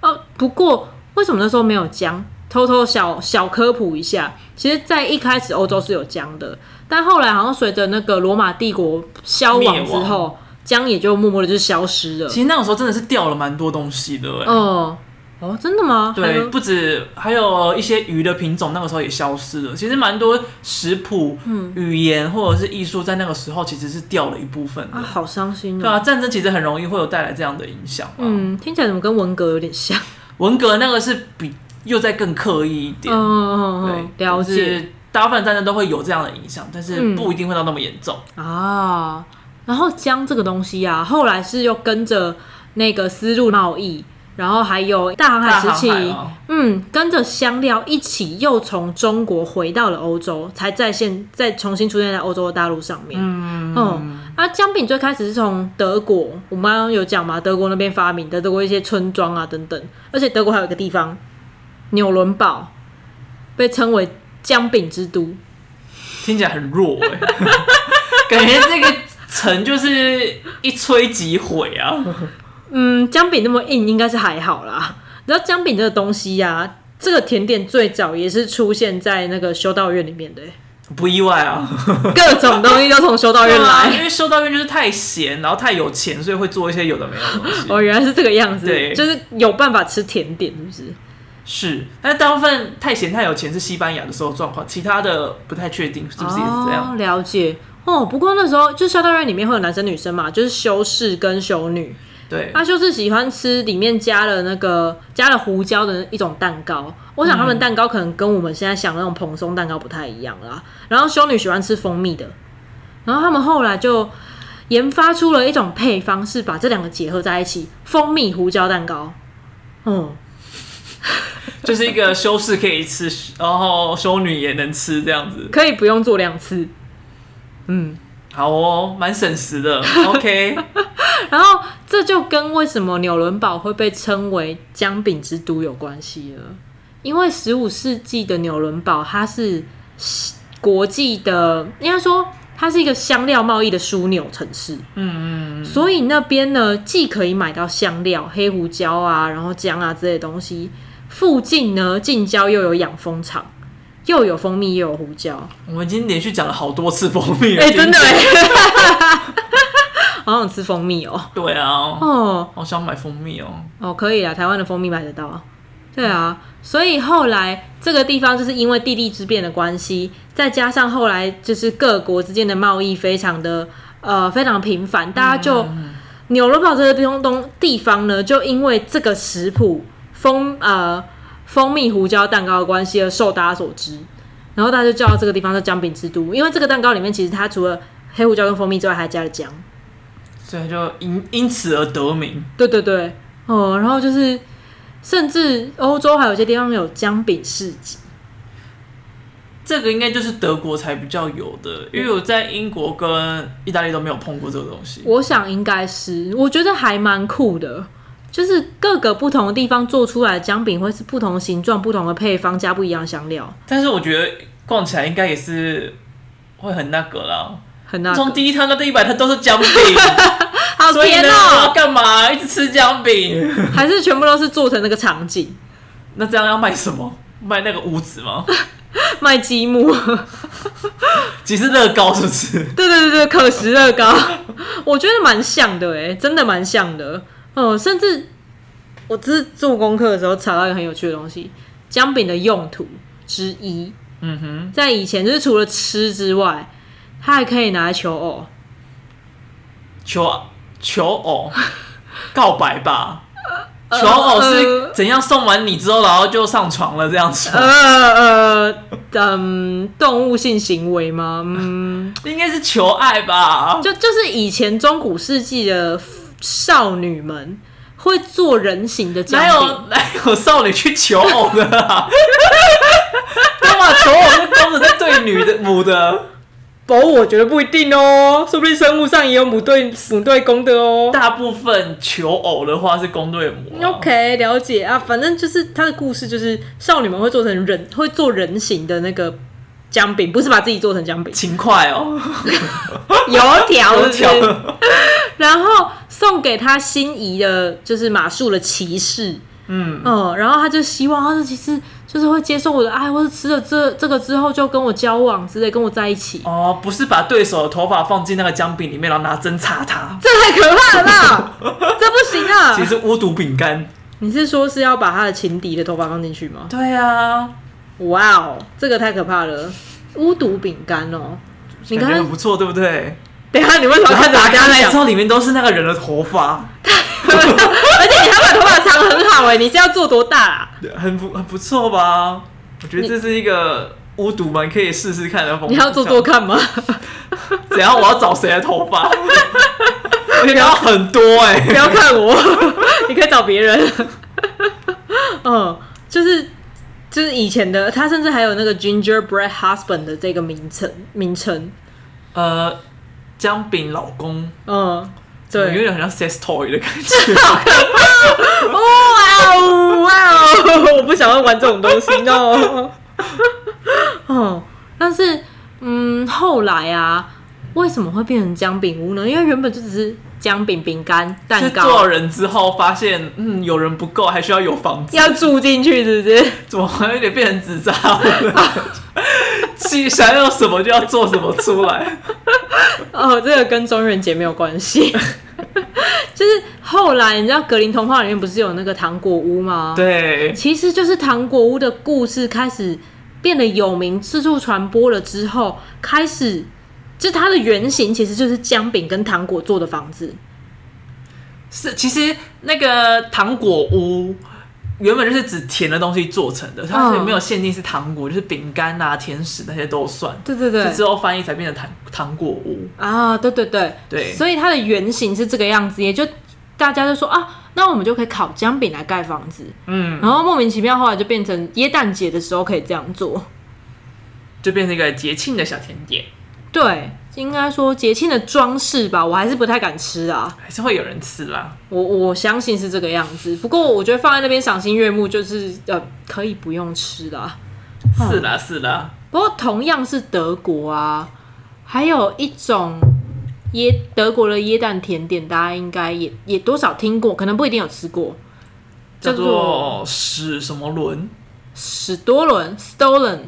[SPEAKER 1] 哦，不过为什么那时候没有姜？偷偷小小科普一下，其实，在一开始欧洲是有姜的，但后来好像随着那个罗马帝国消亡之
[SPEAKER 2] 灭
[SPEAKER 1] 后，姜也就默默的就消失了。
[SPEAKER 2] 其实那个时候真的是掉了蛮多东西的、欸。
[SPEAKER 1] 哦、哦，真的吗？还
[SPEAKER 2] 对，
[SPEAKER 1] 有
[SPEAKER 2] 不止还有一些鱼的品种，那个时候也消失了。其实蛮多食谱、
[SPEAKER 1] 嗯
[SPEAKER 2] 语言或者是艺术，在那个时候其实是掉了一部分的。
[SPEAKER 1] 啊，好伤心
[SPEAKER 2] 对
[SPEAKER 1] 哦。
[SPEAKER 2] 啊，战争其实很容易会有带来这样的影响嘛。
[SPEAKER 1] 嗯，听起来怎么跟文革有点像？
[SPEAKER 2] 文革那个是比又再更刻意一
[SPEAKER 1] 嗯
[SPEAKER 2] 点，
[SPEAKER 1] 嗯嗯嗯，
[SPEAKER 2] 对，
[SPEAKER 1] 了
[SPEAKER 2] 就
[SPEAKER 1] 解。
[SPEAKER 2] 是大部分的战争都会有这样的影响，但是
[SPEAKER 1] 嗯
[SPEAKER 2] 不一定会到那么严重。
[SPEAKER 1] 啊，然后姜这个东西啊，后来是又跟着那个丝路贸易，然后还有大航海
[SPEAKER 2] 大
[SPEAKER 1] 啊时
[SPEAKER 2] 航
[SPEAKER 1] 期，
[SPEAKER 2] 海哦嘛，
[SPEAKER 1] 嗯，跟着香料一起又从中国回到了欧洲，才再现再重新出现在欧洲的大陆上面。嗯啊，姜饼最开始是从德国，我们刚刚有讲嘛，德国那边发明的，德国一些村庄啊等等，而且德国还有一个地方纽伦堡，被称为姜饼之都。
[SPEAKER 2] 听起来很弱 哎、感觉这个城就是一吹即毁啊。
[SPEAKER 1] 嗯，姜饼那么硬，应该是还好啦。然后姜饼这个东西呀、这个甜点最早也是出现在那个修道院里面 的欸、
[SPEAKER 2] 不意外啊，
[SPEAKER 1] 各种东西都从修道院
[SPEAKER 2] 对啊
[SPEAKER 1] 来。
[SPEAKER 2] 因为修道院就是太闲，然后太有钱，所以会做一些有的没有的东西。
[SPEAKER 1] 哦，原来是这个样子
[SPEAKER 2] 对，
[SPEAKER 1] 就是有办法吃甜点，是不是？
[SPEAKER 2] 是，但是大部分太闲太有钱是西班牙的时候状况，其他的不太确定是不是也是这样。
[SPEAKER 1] 哦、了解。哦，不过那时候就修道院里面会有男生女生嘛，就是修士跟修女。
[SPEAKER 2] 对，
[SPEAKER 1] 他就是喜欢吃里面加了那个加了胡椒的一种蛋糕。我想他们蛋糕可能跟我们现在想的那种蓬松蛋糕不太一样啦。然后修女喜欢吃蜂蜜的，然后他们后来就研发出了一种配方，是把这两个结合在一起，蜂蜜胡椒蛋糕。嗯，
[SPEAKER 2] 就是一个修士可以吃，然后修女也能吃这样子。
[SPEAKER 1] 可以不用做两次。嗯，
[SPEAKER 2] 好哦，蛮省时的。OK，
[SPEAKER 1] 然后这就跟为什么纽伦堡会被称为姜饼之都有关系了，因为十五世纪的纽伦堡它是国际的，应该说它是一个香料贸易的枢纽城市，
[SPEAKER 2] 嗯嗯嗯，
[SPEAKER 1] 所以那边呢既可以买到香料、黑胡椒啊，然后姜啊之类的东西，附近呢近郊又有养蜂场，又有蜂蜜又有胡椒，
[SPEAKER 2] 我们已经连续讲了好多次蜂蜜了。
[SPEAKER 1] 哎、真的
[SPEAKER 2] 今
[SPEAKER 1] 哎
[SPEAKER 2] 天，
[SPEAKER 1] 好想吃蜂蜜哦。
[SPEAKER 2] 对啊，
[SPEAKER 1] 哦
[SPEAKER 2] 好想买蜂蜜哦。
[SPEAKER 1] 哦，可以啦，台湾的蜂蜜买得到。对啊，所以后来这个地方就是因为地利之变的关系，再加上后来就是各国之间的贸易非常的呃非常频繁，大家就纽伦堡这个地方东地方呢，就因为这个食谱蜂呃蜂蜜胡椒蛋糕的关系而受大家所知，然后大家就叫这个地方叫姜饼之都，因为这个蛋糕里面其实它除了黑胡椒跟蜂蜜之外，还加了姜。
[SPEAKER 2] 所以就因因此而得名。
[SPEAKER 1] 对对对，哦，然后就是，甚至欧洲还有些地方有姜饼市集，
[SPEAKER 2] 这个应该就是德国才比较有的，因为我在英国跟意大利都没有碰过这个东西。
[SPEAKER 1] 我想应该是，我觉得还蛮酷的，就是各个不同的地方做出来的姜饼会是不同形状、不同的配方，加不一样的香料，
[SPEAKER 2] 但是我觉得逛起来应该也是会很那个啦。
[SPEAKER 1] 很那
[SPEAKER 2] 从
[SPEAKER 1] 个，
[SPEAKER 2] 第一摊到第一百摊都是姜 饼，
[SPEAKER 1] 好
[SPEAKER 2] 所以
[SPEAKER 1] 甜
[SPEAKER 2] 呢要
[SPEAKER 1] 哦、
[SPEAKER 2] 干嘛？一直吃姜饼？
[SPEAKER 1] 还是全部都是做成那个场景，
[SPEAKER 2] 那这样要卖什么？卖那个屋子吗？
[SPEAKER 1] 卖积木，
[SPEAKER 2] 其实乐高是 不是？
[SPEAKER 1] 对对对对，可食乐高， 我觉得蛮像的哎、真的蛮像的。哦，甚至我只是做功课的时候查到一个很有趣的东西，姜饼的用途之一，
[SPEAKER 2] 嗯哼，
[SPEAKER 1] 在以前就是除了吃之外，它还可以拿来求 偶。
[SPEAKER 2] 求啊求偶，告白 吧。
[SPEAKER 1] 呃
[SPEAKER 2] 求偶是怎样送完你之后，然后就上床了这样子
[SPEAKER 1] 呃
[SPEAKER 2] 吗？
[SPEAKER 1] 呃嗯，动物性行为吗？嗯，
[SPEAKER 2] 应该是求爱吧。
[SPEAKER 1] 就就是以前中古世纪的少女们会做人形的姜
[SPEAKER 2] 哪
[SPEAKER 1] 饼，
[SPEAKER 2] 有哪有少女去求偶的啊？ 干嘛求偶是公的在对女的母的？
[SPEAKER 1] 不，我觉得不一定哦，说不定生物上也有母对母对公的哦。
[SPEAKER 2] 大部分求偶的话是公对母啊、，
[SPEAKER 1] OK，了解啊，反正就是他的故事，就是少女们会做成人，会做人形的那个姜饼，不是把自己做成姜饼
[SPEAKER 2] 勤快哦，
[SPEAKER 1] 油条
[SPEAKER 2] 油
[SPEAKER 1] 是
[SPEAKER 2] 条
[SPEAKER 1] 不是，然后送给他心仪的，就是马术的骑士，
[SPEAKER 2] 嗯，
[SPEAKER 1] 嗯，然后他就希望他是骑士，就是会接受我的爱，或是吃了这这个之后就跟我交往之类，跟我在一起，
[SPEAKER 2] 哦，不是把对手的头发放进那个姜饼里面，然后拿针插它，
[SPEAKER 1] 这太可怕了吧，这不行啊
[SPEAKER 2] 其！实是巫毒饼干。
[SPEAKER 1] 你是说是要把他的情敌的头发放进去吗？
[SPEAKER 2] 对啊，
[SPEAKER 1] 哇哦，这个太可怕了！巫毒饼干哦，你刚
[SPEAKER 2] 感觉很
[SPEAKER 1] 刚
[SPEAKER 2] 不错，对不对？
[SPEAKER 1] 等一下你为什么要
[SPEAKER 2] 然后
[SPEAKER 1] 看着
[SPEAKER 2] 打
[SPEAKER 1] 人家
[SPEAKER 2] 开来
[SPEAKER 1] 在
[SPEAKER 2] 之
[SPEAKER 1] 讲？
[SPEAKER 2] 后，里面都是那个人的头发，
[SPEAKER 1] 而且你还把头发藏很好哎，你是要做多大啊？
[SPEAKER 2] 很不很不错吧？我觉得
[SPEAKER 1] 你
[SPEAKER 2] 这是一个巫毒蛮可以试试看的风
[SPEAKER 1] 你
[SPEAKER 2] 格。
[SPEAKER 1] 要做做看吗？
[SPEAKER 2] 怎样？我要找谁的头 发？而且要很多哎、
[SPEAKER 1] 不要看 我，你可以找别人。 嗯，就是就是以前的，他甚至还有那个 Gingerbread Husband 的这个名称名称。
[SPEAKER 2] 呃，姜饼老公，
[SPEAKER 1] 嗯，
[SPEAKER 2] 有
[SPEAKER 1] 对。
[SPEAKER 2] 点很像 sex toy 的感觉。
[SPEAKER 1] 哇哦哇哦！我不想要玩这种东西，no。哦，但是嗯，后来啊，为什么会变成姜饼屋呢？因为原本就只是姜饼、饼干、 蛋
[SPEAKER 2] 是做
[SPEAKER 1] 糕
[SPEAKER 2] 了人之后发现，嗯，有人不够，还需要有房子，
[SPEAKER 1] 要住进去，是不是？
[SPEAKER 2] 怎么好像有点变成纸扎屋了？ 既想要什么就要做什么出来，
[SPEAKER 1] 哦，这个跟中元节没有关系。 就是后来，你知道格林童话里面不是有那个糖果屋吗？
[SPEAKER 2] 对，
[SPEAKER 1] 其实就是糖果屋的故事开始变得有名，四处传播了之后，开始就它的原型其实就是姜饼跟糖果做的房子。
[SPEAKER 2] 是其实那个糖果屋。原本就是指甜的东西做成的，它是
[SPEAKER 1] 嗯
[SPEAKER 2] 没有限定是糖果，就是饼干啊、甜食那些都算。
[SPEAKER 1] 对对
[SPEAKER 2] 是之后翻译才变成糖糖果屋。
[SPEAKER 1] 啊，对对对
[SPEAKER 2] 对
[SPEAKER 1] 所以它的原型是这个样子，也就大家就说啊，那我们就可以烤姜饼来盖房子，
[SPEAKER 2] 嗯，
[SPEAKER 1] 然后莫名其妙后来就变成耶诞节的时候可以这样做。
[SPEAKER 2] 就变成一个节庆的小甜点，
[SPEAKER 1] 对，应该说节庆的装饰吧，我还是不太敢吃啊。
[SPEAKER 2] 还是会有人吃啦。
[SPEAKER 1] 我我相信是这个样子，不过我觉得放在那边赏心悦目，就是呃可以不用吃啦。嗯
[SPEAKER 2] 是啦，是啦，
[SPEAKER 1] 不过同样是德国啊，还有一种椰德国的椰蛋甜点，大家应该也也多少听过，可能不一定有吃过，
[SPEAKER 2] 叫
[SPEAKER 1] 叫做
[SPEAKER 2] 做史什么伦，
[SPEAKER 1] 史多伦 （Stolen）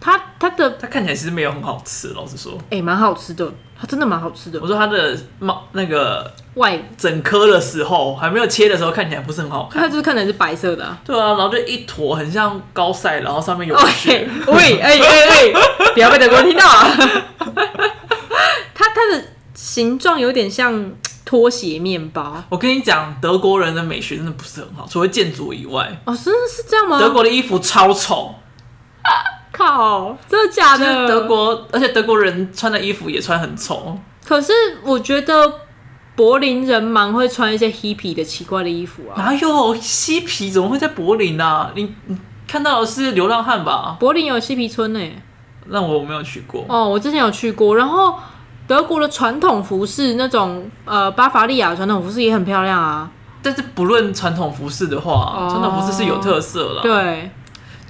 [SPEAKER 1] 它它的
[SPEAKER 2] 它看起来其实没有很好吃，老实说。
[SPEAKER 1] 哎蛮、好吃的，它真的蛮好吃的
[SPEAKER 2] 我。说它的毛那个
[SPEAKER 1] 外
[SPEAKER 2] 整颗的时候，还没有切的时候，看起来不是很好看。
[SPEAKER 1] 它就是看起来是白色的、啊。
[SPEAKER 2] 对啊，然后就一坨很像高赛，然后上面有血
[SPEAKER 1] OK，。喂，哎哎哎，不要被德国人听到啊！它它的形状有点像拖鞋面包
[SPEAKER 2] 我跟你讲，德国人的美学真的不是很好，除了建筑以外，
[SPEAKER 1] 哦，真的是这样吗？
[SPEAKER 2] 德国的衣服超丑。
[SPEAKER 1] 靠，啊真的假
[SPEAKER 2] 就是
[SPEAKER 1] 的？
[SPEAKER 2] 德国，而且德国人穿的衣服也穿很
[SPEAKER 1] 哦
[SPEAKER 2] 丑。
[SPEAKER 1] 可是我觉得柏林人蛮会穿一些 hippie 的奇怪的衣服啊。
[SPEAKER 2] 哪有嬉皮怎么会在柏林啊？你你看到的是流浪汉吧？
[SPEAKER 1] 柏林有嬉皮村呢、
[SPEAKER 2] 那我没有去过。
[SPEAKER 1] 哦，我之前有去过。然后德国的传统服饰那种呃巴伐利亚的传统服饰也很漂亮啊。
[SPEAKER 2] 但是不论传统服饰的话，
[SPEAKER 1] 哦
[SPEAKER 2] 传统服饰是有特色啦。，
[SPEAKER 1] 对，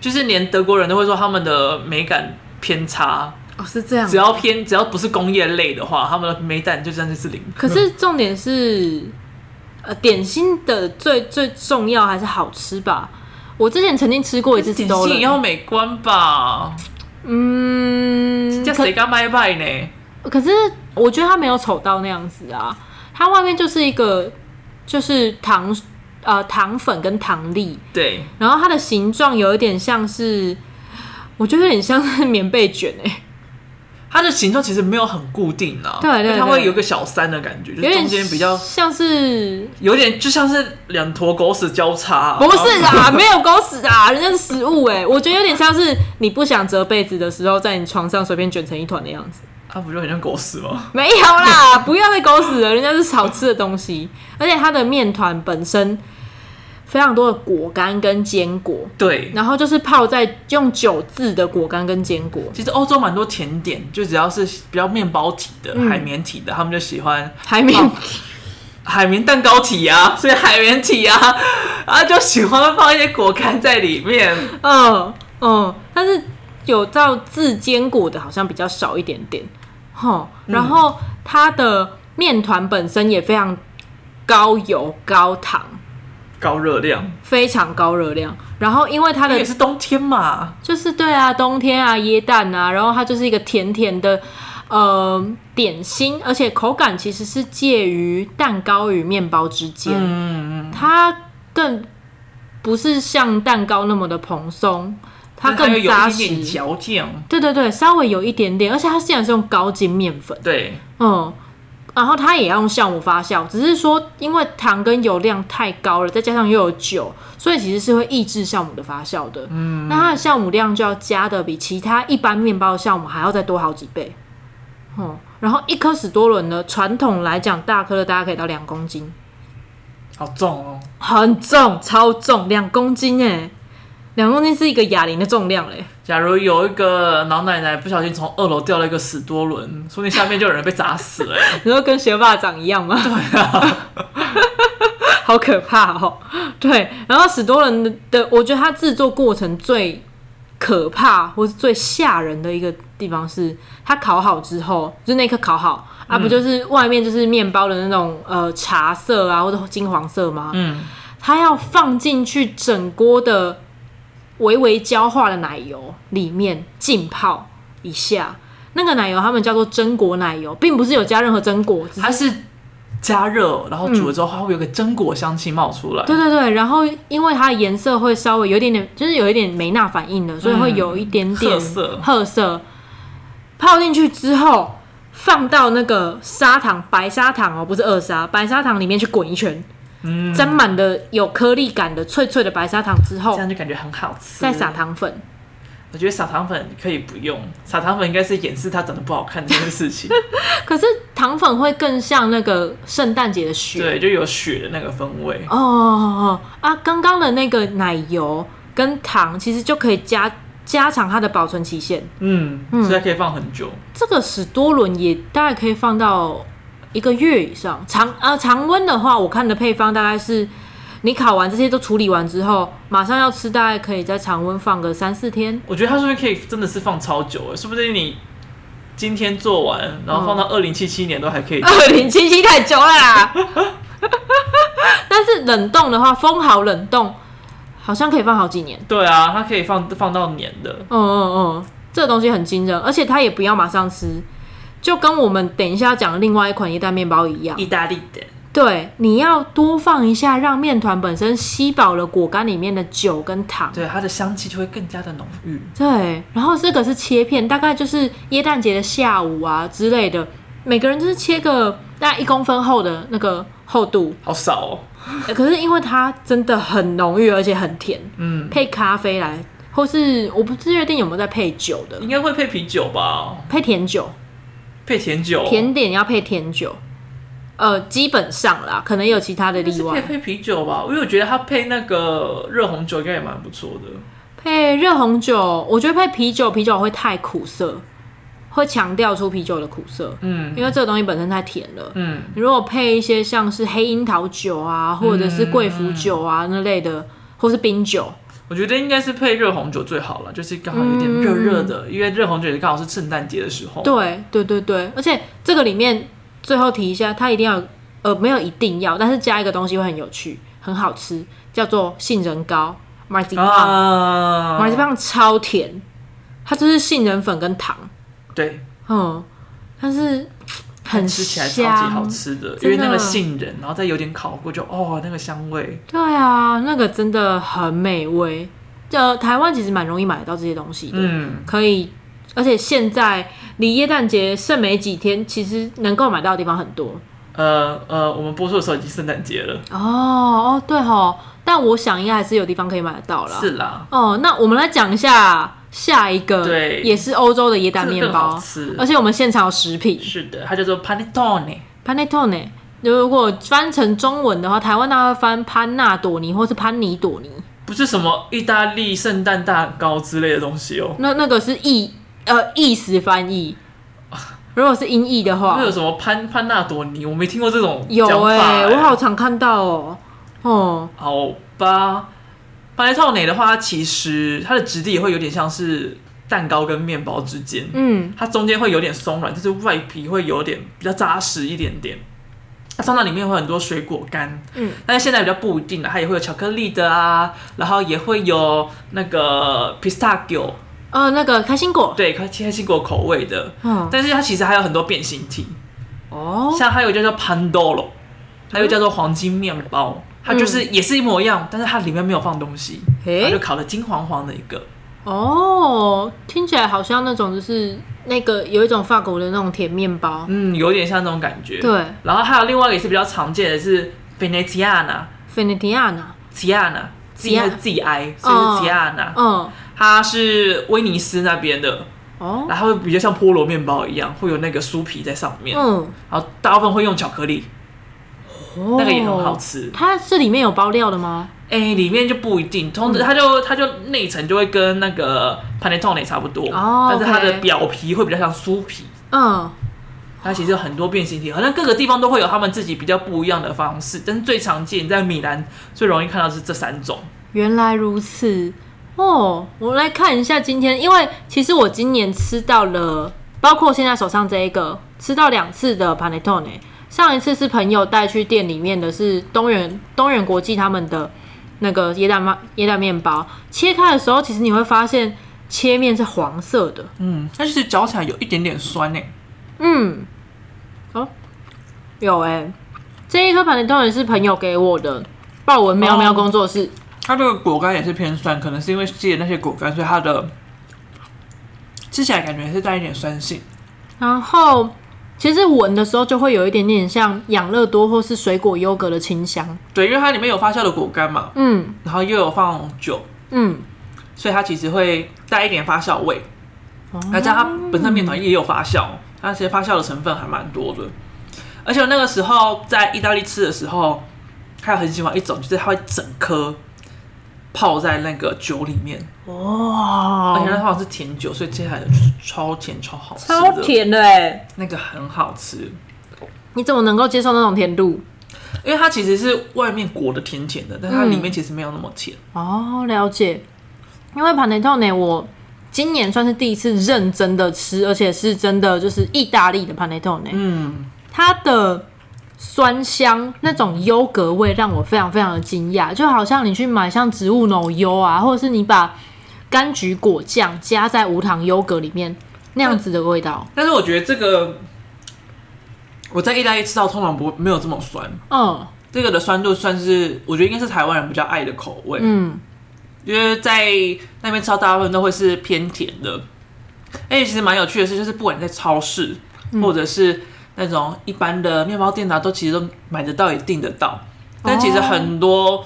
[SPEAKER 2] 就是连德国人都会说他们的美感偏差，
[SPEAKER 1] 哦是这样
[SPEAKER 2] 只。要偏只要不是工业类的话，他们的美感就真的是零。
[SPEAKER 1] 可是重点是，呃，点心的最最重要还是好吃吧。我之前曾经吃过一次
[SPEAKER 2] 点
[SPEAKER 1] Stolen
[SPEAKER 2] 心也要美观吧？
[SPEAKER 1] 嗯，
[SPEAKER 2] 叫
[SPEAKER 1] 可
[SPEAKER 2] 谁干卖拜呢？
[SPEAKER 1] 可是我觉得它没有丑到那样子啊，它外面就是一个就是糖呃糖粉跟糖粒，
[SPEAKER 2] 对，
[SPEAKER 1] 然后它的形状有一点像是，我觉得有点像是棉被卷哎、
[SPEAKER 2] 它的形状其实没有很固定啊，
[SPEAKER 1] 对对对
[SPEAKER 2] 因为它会有一个小山的感觉，就
[SPEAKER 1] 有
[SPEAKER 2] 是
[SPEAKER 1] 点
[SPEAKER 2] 中间比较
[SPEAKER 1] 像是
[SPEAKER 2] 有点就像是两坨狗屎交叉，
[SPEAKER 1] 不是
[SPEAKER 2] 然后
[SPEAKER 1] 啊，没有狗屎啊，人家是食物哎、我觉得有点像是你不想折被子的时候，在你床上随便卷成一团的样子。
[SPEAKER 2] 它啊不就很像狗屎吗？
[SPEAKER 1] 没有啦，不要再狗屎了，人家是好吃的东西，而且它的面团本身非常多的果干跟坚果，
[SPEAKER 2] 对，
[SPEAKER 1] 然后就是泡在用酒渍的果干跟坚果，
[SPEAKER 2] 其实欧洲蛮多甜点，就只要是比较面包体的、
[SPEAKER 1] 嗯
[SPEAKER 2] 海绵体的，他们就喜欢
[SPEAKER 1] 还没有、
[SPEAKER 2] 海绵蛋糕体啊， 所以海绵体啊，啊就喜欢放一些果干在里面。
[SPEAKER 1] 嗯嗯，但是有到自坚果的好像比较少一点点，吼，
[SPEAKER 2] 嗯
[SPEAKER 1] 然后它的面团本身也非常高油高糖，
[SPEAKER 2] 高热量，
[SPEAKER 1] 非常高热量。然后因为它
[SPEAKER 2] 它
[SPEAKER 1] 的
[SPEAKER 2] 也是冬天嘛，
[SPEAKER 1] 就是对啊，冬天啊，椰蛋啊，然后它就是一个甜甜的呃点心，而且口感其实是介于蛋糕与面包之间，
[SPEAKER 2] 嗯，
[SPEAKER 1] 它更不是像蛋糕那么的蓬松，它
[SPEAKER 2] 但
[SPEAKER 1] 更
[SPEAKER 2] 又
[SPEAKER 1] 扎
[SPEAKER 2] 有一点
[SPEAKER 1] 实。
[SPEAKER 2] 嚼劲，
[SPEAKER 1] 对对对，稍微有一点点，而且它竟然是用高筋面粉，
[SPEAKER 2] 对，
[SPEAKER 1] 嗯，然后它也要用酵母发酵，只是说因为糖跟油量太高了，再加上又有酒，所以其实是会抑制酵母的发酵的。嗯，那它的酵母量就要加的比其他一般面包的酵母还要再多好几倍。哦、然后一颗史多伦呢，传统来讲大颗的大家可以到两公斤，
[SPEAKER 2] 好重哦。
[SPEAKER 1] 很重，超重，两公斤哎，两公斤是一个哑铃的重量嘞。
[SPEAKER 2] 假如有一个老奶奶不小心从二楼掉了一个史多伦，说不定下面就有人被砸死 了、欸。
[SPEAKER 1] 你说跟学霸长一样吗？对啊，好可怕哦。 对，然后史多人的的，我觉得他制作过程最可怕或是最吓人的一个地方是，它烤好之后，就是那颗烤好啊，不就是外面就是面包的那种呃茶色啊或者金黄色吗？
[SPEAKER 2] 嗯，
[SPEAKER 1] 它要放进去整锅的微微焦化的奶油里面浸泡一下。那个奶油他们叫做榛果奶油，并不是有加任何榛果，只是
[SPEAKER 2] 它是加热，然后煮了之后，它会有个榛果香气冒出来。
[SPEAKER 1] 对对对。然后因为它的颜色会稍微有一点点，就是有一点梅纳反应的，所以会有一点点
[SPEAKER 2] 嗯褐色
[SPEAKER 1] 褐色。泡进去之后，放到那个砂糖白砂糖哦，不是二砂白砂糖里面去滚一圈，
[SPEAKER 2] 嗯，
[SPEAKER 1] 沾满的有颗粒感的脆脆的白砂糖之
[SPEAKER 2] 这
[SPEAKER 1] 后，
[SPEAKER 2] 样就感觉很好吃。
[SPEAKER 1] 再撒，糖粉。
[SPEAKER 2] 我觉得撒糖粉可以不用，撒糖粉应该是掩饰它长得不好看这件事情。
[SPEAKER 1] 可是糖粉会更像那个圣诞节的雪。
[SPEAKER 2] 对，就有血的那个风味。
[SPEAKER 1] 哦哦哦啊，刚刚的那个奶油跟糖其实就可以加加长它的保存期限。
[SPEAKER 2] 嗯，所以它可以放很久。
[SPEAKER 1] 这个史多伦也大概可以放到一个月以上。常呃常温的话，我看的配方大概是你烤完这些都处理完之后，马上要吃，大概可以在常温放个三四天。
[SPEAKER 2] 我觉得它说不定可以真的是放超久，欸是不是？你今天做完，然后放到二零七七年都还可以。
[SPEAKER 1] 二零七七太久了啦。但是冷冻的话，封好冷冻好像可以放好几年。
[SPEAKER 2] 对啊，它可以放放到年的。
[SPEAKER 1] 嗯嗯嗯，这个东西很惊人，而且它也不要马上吃，就跟我们等一下讲的另外一款液蛋面包一样。
[SPEAKER 2] 意大利的，
[SPEAKER 1] 对，你要多放一下，让面团本身吸饱了果干里面的酒跟糖。
[SPEAKER 2] 对，它的香气就会更加的浓郁。
[SPEAKER 1] 对，然后这个是切片，大概就是耶诞节的下午啊之类的，每个人就是切个大概一公分厚的那个厚度。
[SPEAKER 2] 好少哦，
[SPEAKER 1] 呃可是因为它真的很浓郁，而且很甜，
[SPEAKER 2] 嗯，
[SPEAKER 1] 配咖啡来，或是我不确定有没有在配酒的，
[SPEAKER 2] 应该会配啤酒吧？
[SPEAKER 1] 配甜酒，
[SPEAKER 2] 配甜酒，
[SPEAKER 1] 甜点要配甜酒。呃，基本上啦，可能有其他的
[SPEAKER 2] 但
[SPEAKER 1] 例
[SPEAKER 2] 是可以
[SPEAKER 1] 外。
[SPEAKER 2] 配啤酒吧？因为我觉得它配那个热红酒应该也蛮不错的。
[SPEAKER 1] 配热红酒，我觉得配啤酒，啤酒会太苦涩，会强调出啤酒的苦涩，
[SPEAKER 2] 嗯
[SPEAKER 1] 因为这个东西本身太甜了。
[SPEAKER 2] 嗯，
[SPEAKER 1] 你如果配一些像是黑樱桃酒啊，或者是贵腐酒
[SPEAKER 2] 嗯
[SPEAKER 1] 啊那类的，或是冰酒，
[SPEAKER 2] 我觉得应该是配热红酒最好了，就是刚好有点热热的，因为热红酒也刚好是圣诞节的时候。
[SPEAKER 1] 嗯对对对对，而且这个里面最后提一下，它一定要有呃没有一定要，但是加一个东西会很有趣，很好吃，叫做杏仁糕 m a r z i p a n
[SPEAKER 2] 啊
[SPEAKER 1] m a r z i p a n 超甜，它就是杏仁粉跟糖，
[SPEAKER 2] 对，
[SPEAKER 1] 嗯，但是很
[SPEAKER 2] 吃起来超级好
[SPEAKER 1] 香，
[SPEAKER 2] 吃的，因
[SPEAKER 1] 真的
[SPEAKER 2] 为那个杏仁，然后再有点烤过就，哦，那个香味。
[SPEAKER 1] 对啊，那个真的很美味。呃，台湾其实蛮容易买得到这些东西的，
[SPEAKER 2] 嗯，
[SPEAKER 1] 可以，而且现在离耶诞节剩没几天，其实能够买到的地方很多。
[SPEAKER 2] 呃呃，我们播出的时候已经圣诞节了，
[SPEAKER 1] 哦哦，对吼，但我想应该还是有地方可以买得到啦。
[SPEAKER 2] 是啦，
[SPEAKER 1] 哦，那我们来讲一下下一个，
[SPEAKER 2] 对
[SPEAKER 1] 也是欧洲的椰
[SPEAKER 2] 这
[SPEAKER 1] 蛋
[SPEAKER 2] 个
[SPEAKER 1] 面
[SPEAKER 2] 更好
[SPEAKER 1] 包，
[SPEAKER 2] 吃。
[SPEAKER 1] 而且我们现场有食品
[SPEAKER 2] 是的，它叫做 panettone，
[SPEAKER 1] panettone。如果翻成中文的话，台湾大概翻潘纳朵尼或是潘尼朵尼，
[SPEAKER 2] 不是什么意大利圣诞蛋糕之类的东西哦。
[SPEAKER 1] 那那个是意呃意思翻译。如果是音译的话，
[SPEAKER 2] 会有什么潘潘纳朵尼？我没听过这种
[SPEAKER 1] 有
[SPEAKER 2] 讲法、
[SPEAKER 1] 哎、
[SPEAKER 2] 欸
[SPEAKER 1] 我好常看到哦、哦、
[SPEAKER 2] 好吧。巴雷套内的话，它其实它的质地也会有点像是蛋糕跟面包之间，
[SPEAKER 1] 嗯，
[SPEAKER 2] 它中间会有点松软，但是外皮会有点比较扎实一点点。它通常里面会有很多水果干，
[SPEAKER 1] 嗯，
[SPEAKER 2] 但是现在比较不一定了，它也会有巧克力的啊，然后也会有那个 pistachio，
[SPEAKER 1] 呃，那个开心果，
[SPEAKER 2] 对，开开心果口味的，
[SPEAKER 1] 嗯，
[SPEAKER 2] 但是它其实还有很多变形体，
[SPEAKER 1] 哦，
[SPEAKER 2] 像还有一个叫做 Pandoro，还有一个叫做黄金面包，它就是也是一模一样，但是它里面没有放东西，它
[SPEAKER 1] 嗯诶、
[SPEAKER 2] 就烤的金黄黄的一个。
[SPEAKER 1] 哦，听起来好像那种就是那个有一种法国的那种甜面包，
[SPEAKER 2] 嗯，有点像那种感觉。
[SPEAKER 1] 对
[SPEAKER 2] 然后还有另外一个也是比较常见的是 Veneziana
[SPEAKER 1] f e n e t i a n a
[SPEAKER 2] Tiana。Z 是 Z I，所以是 Tiana，、
[SPEAKER 1] 嗯，
[SPEAKER 2] 它是威尼斯那边的，
[SPEAKER 1] 哦，
[SPEAKER 2] 然后比较像菠萝面包一样，会有那个酥皮在上面，
[SPEAKER 1] 嗯，
[SPEAKER 2] 然后大部分会用巧克力，
[SPEAKER 1] 哦
[SPEAKER 2] 那个也很好。吃。
[SPEAKER 1] 它是里面有包料的吗？
[SPEAKER 2] 哎、里面就不一定，通常它就它就内层就会跟那个 panettone 差不多，
[SPEAKER 1] 哦
[SPEAKER 2] 但是它的
[SPEAKER 1] OK
[SPEAKER 2] 表皮会比较像酥皮。
[SPEAKER 1] 嗯，
[SPEAKER 2] 它其实有很多变形体，好像各个地方都会有他们自己比较不一样的方式，但是最常见在米兰最容易看到是这三种。
[SPEAKER 1] 原来如此。哦，我们来看一下今天，因为其实我今年吃到了，包括现在手上这一个，吃到两次的 panettone。上一次是朋友带去店里面的是东元东元国际他们的那个椰蛋面椰蛋面包，切开的时候，其实你会发现切面是黄色的。
[SPEAKER 2] 嗯，它其实嚼起来有一点点酸欸诶、
[SPEAKER 1] 嗯，哦，有哎、这一颗 panettone 是朋友给我的，豹纹喵喵工作室。
[SPEAKER 2] 它这个果干也是偏酸，可能是因为借那些果干，所以它的吃起来感觉是带一点酸性。
[SPEAKER 1] 然后其实闻的时候就会有一点点像养乐多或是水果优格的清香。
[SPEAKER 2] 对，因为它里面有发酵的果干嘛，
[SPEAKER 1] 嗯
[SPEAKER 2] 然后又有放酒，
[SPEAKER 1] 嗯，
[SPEAKER 2] 所以它其实会带一点发酵味。那加上它本身面团也有发酵，它其实发酵的成分还蛮多的。而且我那个时候在意大利吃的时候，还有很喜欢一种，就是它会整颗泡在那个酒里面，而且它
[SPEAKER 1] 哇，
[SPEAKER 2] 好像是甜酒，所以吃起来就是超甜超好吃的，
[SPEAKER 1] 哦超，甜的哎！
[SPEAKER 2] 那个很好吃。
[SPEAKER 1] 你怎么能够接受那种甜度？
[SPEAKER 2] 因为它其实是外面裹的甜甜的，但它里面其实没有那么甜。
[SPEAKER 1] 哦，了解。因为 panettone 我今年算是第一次认真的吃，而且是真的就是意大利的 panettone，、
[SPEAKER 2] 嗯，
[SPEAKER 1] 它的酸香那种优格味让我非常非常的惊讶，就好像你去买像植物奶油啊，或者是你把柑橘果酱加在无糖优格里面那样子的味道。
[SPEAKER 2] 但是我觉得这个我在意大利吃到通常不没有这么酸，
[SPEAKER 1] 嗯
[SPEAKER 2] 这个的酸度算是我觉得应该是台湾人比较爱的口味，
[SPEAKER 1] 嗯，
[SPEAKER 2] 因为在那边吃到大部分都会是偏甜的。而且其实蛮有趣的是，就是不管你在超市、或者是那种一般的面包店啊，都其实都买得到也订得到。但其实很多、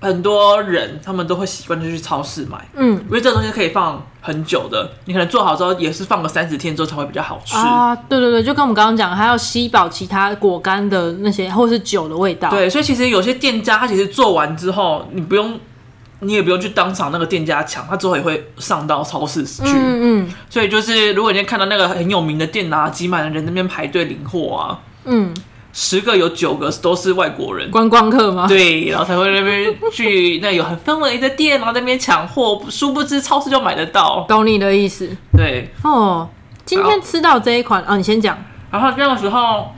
[SPEAKER 2] 很多人他们都会习惯就去超市买，
[SPEAKER 1] 嗯
[SPEAKER 2] 因为这个东西可以放很久的，你可能做好之后也是放个三十天之后才会比较好吃。
[SPEAKER 1] 啊，对对对，就跟我们刚刚讲，还要吸饱其他果干的那些或是酒的味道。
[SPEAKER 2] 对，所以其实有些店家他其实做完之后，你不用，你也不用去当场那个店家抢，他之后也会上到超市去。
[SPEAKER 1] 嗯，嗯
[SPEAKER 2] 所以就是如果你今天看到那个很有名的店啊，挤满了人在那边排队领货啊，
[SPEAKER 1] 嗯嗯，
[SPEAKER 2] 十个有九个都是外 国人。
[SPEAKER 1] 观光客吗？
[SPEAKER 2] 对，然后才会那边去那有很氛围的店，然后在那边抢货，殊不知超市就买得到。
[SPEAKER 1] 懂你的意思
[SPEAKER 2] 对，
[SPEAKER 1] 哦。今天吃到这一款啊，你先讲。
[SPEAKER 2] 然后那个时候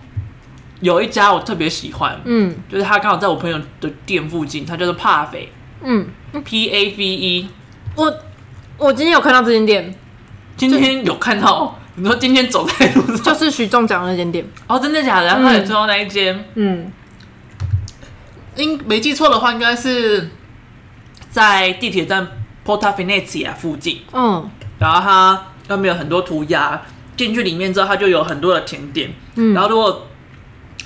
[SPEAKER 2] 有一家我特别喜欢，
[SPEAKER 1] 嗯
[SPEAKER 2] 就是他刚好在我朋友的店附近，他叫做帕菲
[SPEAKER 1] 嗯，
[SPEAKER 2] P A V E，
[SPEAKER 1] 我我今天有看到这间店，
[SPEAKER 2] 今天有看到，你说今天走在路上，
[SPEAKER 1] 就是徐仲讲的那间店。
[SPEAKER 2] 哦，真的假的？然后也最后那一间，
[SPEAKER 1] 嗯
[SPEAKER 2] 应没记错的话，应该是在地铁站 Porta Venezia 附近。
[SPEAKER 1] 嗯
[SPEAKER 2] 然后它那边有很多涂鸦，进去里面之后，它就有很多的甜点。
[SPEAKER 1] 嗯
[SPEAKER 2] 然后如果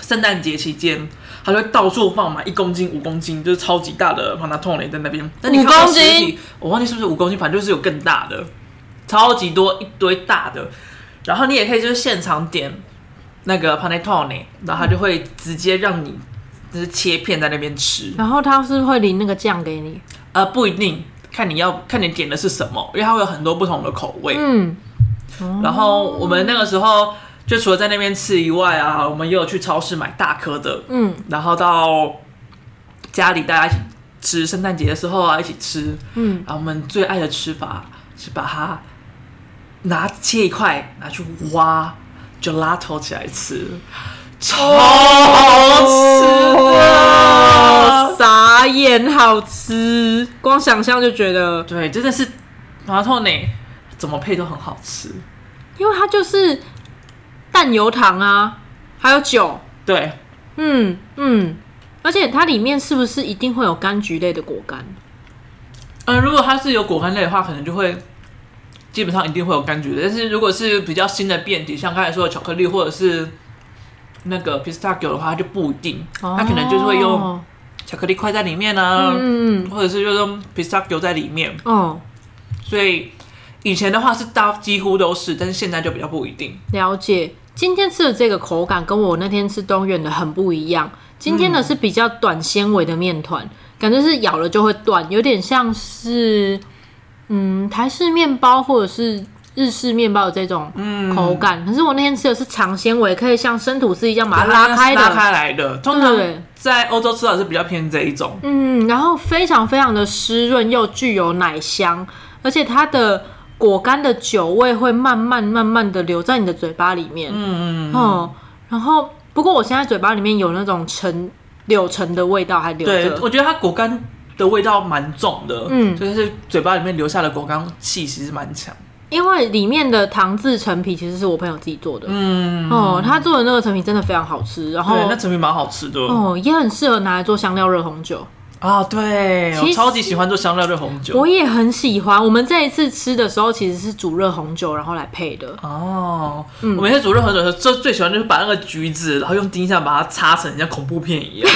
[SPEAKER 2] 圣诞节期间，它就会到处放满一公斤、五公斤，就是超级大的 p a n a t o n e 在那边。但你看
[SPEAKER 1] 5
[SPEAKER 2] 到
[SPEAKER 1] 公
[SPEAKER 2] 实
[SPEAKER 1] 斤
[SPEAKER 2] 体，我忘记是不是五公斤，反正就是有更大的，超级多一堆大的。然后你也可以就是现场点那个 p a n a t o n e 然后它就会直接让你就是切片在那边吃。
[SPEAKER 1] 然后他是会淋那个酱给你。
[SPEAKER 2] 呃，不一定，看你要看你点的是什么，因为它会有很多不同的口味。
[SPEAKER 1] 嗯
[SPEAKER 2] 然后我们那个时候就除了在那边吃以外啊，我们也有去超市买大颗的，
[SPEAKER 1] 嗯
[SPEAKER 2] 然后到家里大家一起吃，圣诞节的时候啊一起吃。
[SPEAKER 1] 嗯，
[SPEAKER 2] 然后我们最爱的吃法是把它拿切一块拿去挖，gelato 起来吃，超好吃的。
[SPEAKER 1] 哦傻眼，好吃，光想象就觉得，
[SPEAKER 2] 对，真的是麻豆呢，怎么配都很好吃。
[SPEAKER 1] 因为它就是淡油糖啊，还有酒，
[SPEAKER 2] 对，
[SPEAKER 1] 嗯嗯，而且它里面是不是一定会有柑橘类的果干？
[SPEAKER 2] 嗯、如果它是有果干类的话，可能就会基本上一定会有柑橘类。但是如果是比较新的变体，像刚才说的巧克力或者是那个 pistachio 的话，它就不一定，它可能就是会用
[SPEAKER 1] 哦
[SPEAKER 2] 巧克力块在里面啊，
[SPEAKER 1] 嗯嗯
[SPEAKER 2] 或者是就用 pistachio 在里面。
[SPEAKER 1] 哦，
[SPEAKER 2] 所以以前的话是大几乎都是，但是现在就比较不一定。
[SPEAKER 1] 了解。今天吃的这个口感跟我那天吃东远的很不一样。今天的是比较短纤维的面团，感觉是咬了就会断，有点像是嗯台式面包或者是日式面包的这种
[SPEAKER 2] 嗯
[SPEAKER 1] 口感。可是我那天吃的是长纤维，可以像生吐司一样把它拉开的。
[SPEAKER 2] 拉开来的，通常
[SPEAKER 1] 对
[SPEAKER 2] 在欧洲吃到是比较偏这一种。
[SPEAKER 1] 嗯，然后非常非常的湿润，又具有奶香，而且它的果干的酒味会慢慢慢慢的留在你的嘴巴里面。嗯嗯哦，然后不过我现在嘴巴里面有那种橙柳橙的味道还留
[SPEAKER 2] 对，
[SPEAKER 1] 着。
[SPEAKER 2] 我觉得它果干的味道蛮重的，
[SPEAKER 1] 嗯
[SPEAKER 2] 就是嘴巴里面留下的果干气其实蛮强。
[SPEAKER 1] 因为里面的糖制陈皮其实是我朋友自己做的。嗯哦，他做的那个陈皮真的非常好吃，然后
[SPEAKER 2] 对，那陈皮蛮好吃的、
[SPEAKER 1] 哦也很适合拿来做香料热红酒。
[SPEAKER 2] 啊，对，
[SPEAKER 1] 其
[SPEAKER 2] 我
[SPEAKER 1] 实
[SPEAKER 2] 超级喜欢做香料炖红酒
[SPEAKER 1] 我。也很喜欢。我们这一次吃的时候其实是煮热红酒然后来配的。
[SPEAKER 2] 哦，
[SPEAKER 1] 嗯
[SPEAKER 2] 我每次煮热红酒的时候，最最喜欢就是把那个橘子，然后用丁香把它擦成像恐怖片一样，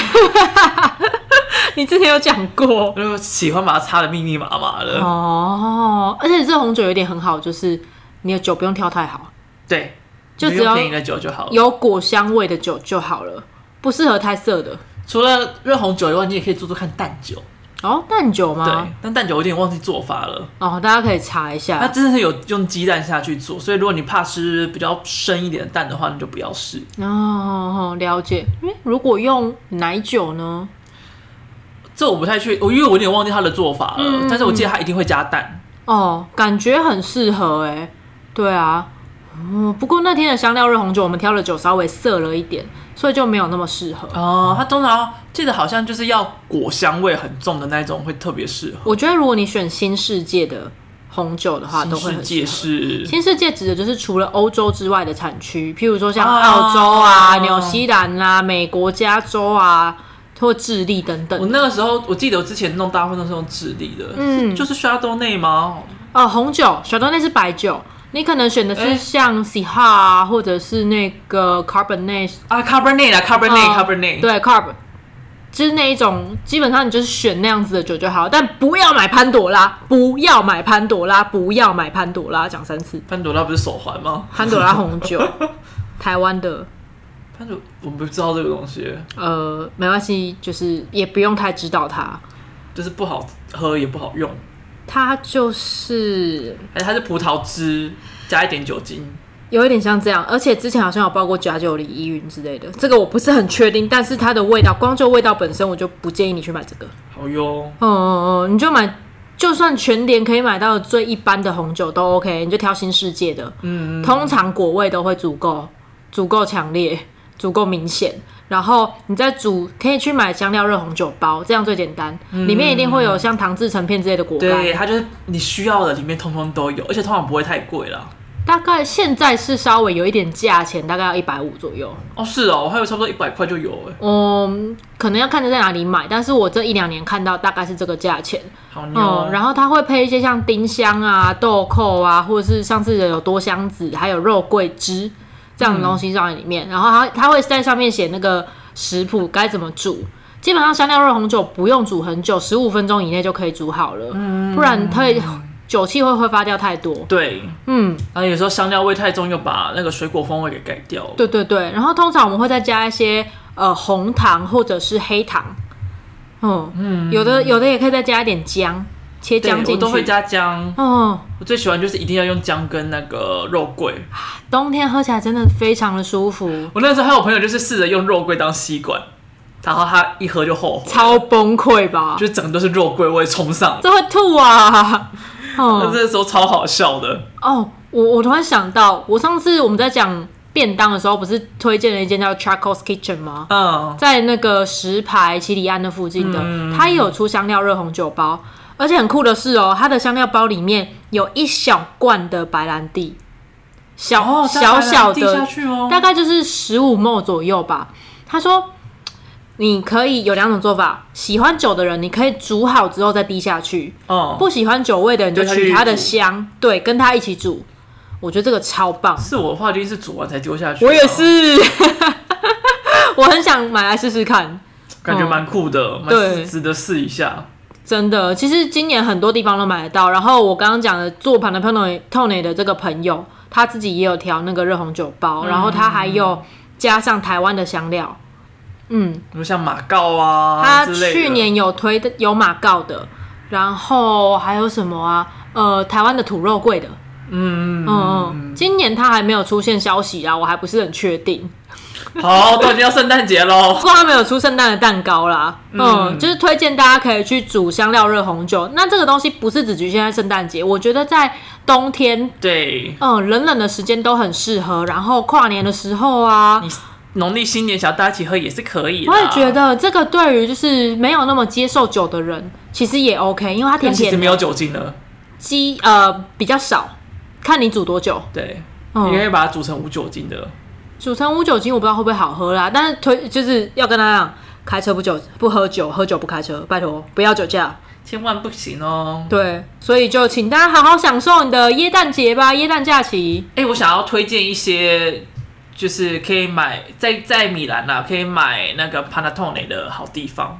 [SPEAKER 1] 你之前有讲过。
[SPEAKER 2] 我就喜欢把它擦的密密麻麻的。
[SPEAKER 1] 哦，而且这红酒有一点很好，就是你的酒不用挑太好，
[SPEAKER 2] 对，
[SPEAKER 1] 就只
[SPEAKER 2] 用
[SPEAKER 1] 要
[SPEAKER 2] 便宜的酒就好了。
[SPEAKER 1] 有果香味的酒就好了，不适合太涩的。
[SPEAKER 2] 除了热红酒以外，你也可以做做看淡酒。
[SPEAKER 1] 哦，淡酒
[SPEAKER 2] 对啊
[SPEAKER 1] 吗？，
[SPEAKER 2] 但淡酒我有点忘记做法了。
[SPEAKER 1] 哦，大家可以查一
[SPEAKER 2] 它
[SPEAKER 1] 下。
[SPEAKER 2] 真的是有用鸡蛋下去做，所以如果你怕吃比较深一点的蛋的话，你就不要试。
[SPEAKER 1] 哦，了解。嗯如果用奶酒呢？
[SPEAKER 2] 这我不太确，我因为我有点忘记它的做法了，
[SPEAKER 1] 嗯
[SPEAKER 2] 但是我记得它一定会加蛋。
[SPEAKER 1] 哦，感觉很适合哎、对啊。哦，不过那天的香料热红酒，我们挑的酒稍微涩了一点，所以就没有那么适合。
[SPEAKER 2] 哦，它通常记得好像就是要果香味很重的那种会特别适合。
[SPEAKER 1] 我觉得如果你选新世界的红酒的话，啊都会
[SPEAKER 2] 新世
[SPEAKER 1] 很
[SPEAKER 2] 界
[SPEAKER 1] 适合。
[SPEAKER 2] 是
[SPEAKER 1] 新世界指的就是除了欧洲之外的产区，譬如说像
[SPEAKER 2] 哦
[SPEAKER 1] 澳洲啊、纽、西兰啊、美国加州啊或智利等
[SPEAKER 2] 我
[SPEAKER 1] 等。
[SPEAKER 2] 那个时候，我记得我之前弄大部分都是用智利的，
[SPEAKER 1] 嗯
[SPEAKER 2] 就是 Shadow 内吗？
[SPEAKER 1] 哦，红酒，小豆那是白酒，你可能选的
[SPEAKER 2] 哎
[SPEAKER 1] 是像 s i h a 啊，或者是那个 Cabernet
[SPEAKER 2] 啊，Cabernet 啊
[SPEAKER 1] 哦
[SPEAKER 2] ，Cabernet，Cabernet，、
[SPEAKER 1] 对 carb，就是那一种，基本上你就是选那样子的酒就好，但不要买潘朵拉，不要买潘朵拉，不要买潘朵拉，讲三次，
[SPEAKER 2] 潘朵拉不是手环吗？
[SPEAKER 1] 潘朵拉红 酒，台湾的，
[SPEAKER 2] 潘朵，我不知道这个东西，
[SPEAKER 1] 呃，没关系，就是也不用太知道它，
[SPEAKER 2] 就是不好喝也不好用，
[SPEAKER 1] 它就是
[SPEAKER 2] 而且它是葡萄汁加一点酒精，
[SPEAKER 1] 有一点像这样，而且之前好像有报过假酒里依云之类的，这个我不是很确定，但是它的味道，光就味道本身，我就不建议你去买这个。
[SPEAKER 2] 好哟。
[SPEAKER 1] 哦哦，哦，你就买，就算全年可以买到最一般的红酒都 OK，你就挑新世界的，
[SPEAKER 2] 嗯，
[SPEAKER 1] 通常果味都会足够，足够强烈，足够明显。然后你再煮，可以去买香料热红酒包，这样最简单。里面一定会有像糖制成片之类的果干
[SPEAKER 2] 对，，它就是你需要的，里面通通都有，而且通常不会太贵啦。
[SPEAKER 1] 大概现在是稍微有一点价钱，大概要一百五左右。
[SPEAKER 2] 哦，是哦，我还有差不多一百块就有哎，
[SPEAKER 1] 嗯，可能要看着在哪里买，但是我这一两年看到大概是这个价钱。
[SPEAKER 2] 好牛。
[SPEAKER 1] 嗯，然后它会配一些像丁香啊、豆蔻啊，或者是上次有多香子，还有肉桂枝这样的东西放在里面。然后它它会在上面写那个食谱该怎么煮。基本上香料肉红酒不用煮很久，十五分钟以内就可以煮好了，不然它会酒气会挥发掉太多。
[SPEAKER 2] 对，
[SPEAKER 1] 嗯，
[SPEAKER 2] 然后有时候香料味太重，又把那个水果风味给盖掉了。
[SPEAKER 1] 对对对。然后通常我们会再加一些呃红糖或者是黑糖，嗯嗯，有的有的也可以再加一点姜，切
[SPEAKER 2] 对，
[SPEAKER 1] 姜进去。
[SPEAKER 2] 我都会加姜。
[SPEAKER 1] 哦。
[SPEAKER 2] 我最喜欢就是一定要用姜跟那个肉桂。
[SPEAKER 1] 冬天喝起来真的非常的舒服，
[SPEAKER 2] 我那时候还有朋友就是试着用肉桂当吸管，然后他一喝就后悔，
[SPEAKER 1] 超崩溃吧？
[SPEAKER 2] 就是整个都是肉桂味冲上，
[SPEAKER 1] 这会吐啊！
[SPEAKER 2] 那
[SPEAKER 1] 哦
[SPEAKER 2] 这时候超好笑的。
[SPEAKER 1] 哦，我我突然想到，我上次我们在讲便当的时候，不是推荐了一间叫 Charcoal's Kitchen 吗？
[SPEAKER 2] 嗯，
[SPEAKER 1] 在那个石牌七里岸那附近的，它也有出香料热红酒包，而且很酷的是哦，它的香料包里面有一小罐的白兰地，小、
[SPEAKER 2] 哦，
[SPEAKER 1] 小小
[SPEAKER 2] 再把它滴下
[SPEAKER 1] 的
[SPEAKER 2] 去哦，
[SPEAKER 1] 大概就是十五沫左右吧。他说，你可以有两种做法，喜欢酒的人，你可以煮好之后再滴下去；
[SPEAKER 2] 嗯，
[SPEAKER 1] 不喜欢酒味的人，就
[SPEAKER 2] 就去
[SPEAKER 1] 取它的
[SPEAKER 2] 煮
[SPEAKER 1] 香，对，跟它一起煮。我觉得这个超棒，
[SPEAKER 2] 是我的话一定是煮完才丢下去。哦
[SPEAKER 1] 我也，是， 我很想买来试试看。
[SPEAKER 2] 感觉蛮酷的，蛮
[SPEAKER 1] 嗯对
[SPEAKER 2] 值得试一下。
[SPEAKER 1] 真的，其实今年很多地方都买得到。然后我刚刚讲的做盘的 Tony Tony 的这个朋友，他自己也有调那个热红酒
[SPEAKER 2] 嗯
[SPEAKER 1] 包，然后他还有加上台湾的香料，嗯，
[SPEAKER 2] 比如像马告啊，
[SPEAKER 1] 他
[SPEAKER 2] 之类的
[SPEAKER 1] 去年有推的有马告的，然后还有什么啊？呃，台湾的土肉桂的，
[SPEAKER 2] 嗯，
[SPEAKER 1] 嗯嗯，今年他还没有出现消息啊，我还不是很确定。嗯
[SPEAKER 2] 好，都已经要圣诞节喽
[SPEAKER 1] 不。过他没有出圣诞的蛋糕啦，嗯，
[SPEAKER 2] 嗯
[SPEAKER 1] 就是推荐大家可以去煮香料热红酒。那这个东西不是只局限在圣诞节，我觉得在冬天，
[SPEAKER 2] 对，
[SPEAKER 1] 嗯，冷冷的时间都很适合。然后跨年的时候啊，
[SPEAKER 2] 你农历新年想要大家一起喝也是可以啦。
[SPEAKER 1] 我也觉得这个对于就是没有那么接受酒的人，其实也 OK，因为它
[SPEAKER 2] 但
[SPEAKER 1] 甜
[SPEAKER 2] 其
[SPEAKER 1] 甜
[SPEAKER 2] 实
[SPEAKER 1] 的。
[SPEAKER 2] 没有酒精的，
[SPEAKER 1] 鸡呃比较少，看你煮多久。
[SPEAKER 2] 对，你可
[SPEAKER 1] 嗯，
[SPEAKER 2] 以把它煮成无酒精的。
[SPEAKER 1] 煮成无酒精我不知道会不会好喝啦，但是推就是要跟他讲，开车不酒不喝酒，喝酒不开车，拜托不要酒驾。
[SPEAKER 2] 千万不行哦！
[SPEAKER 1] 对，所以就请大家好好享受你的耶诞节吧，耶诞假期。
[SPEAKER 2] 哎、我想要推荐一些，就是可以买在在米兰啊，可以买那个 panettone 的好地方，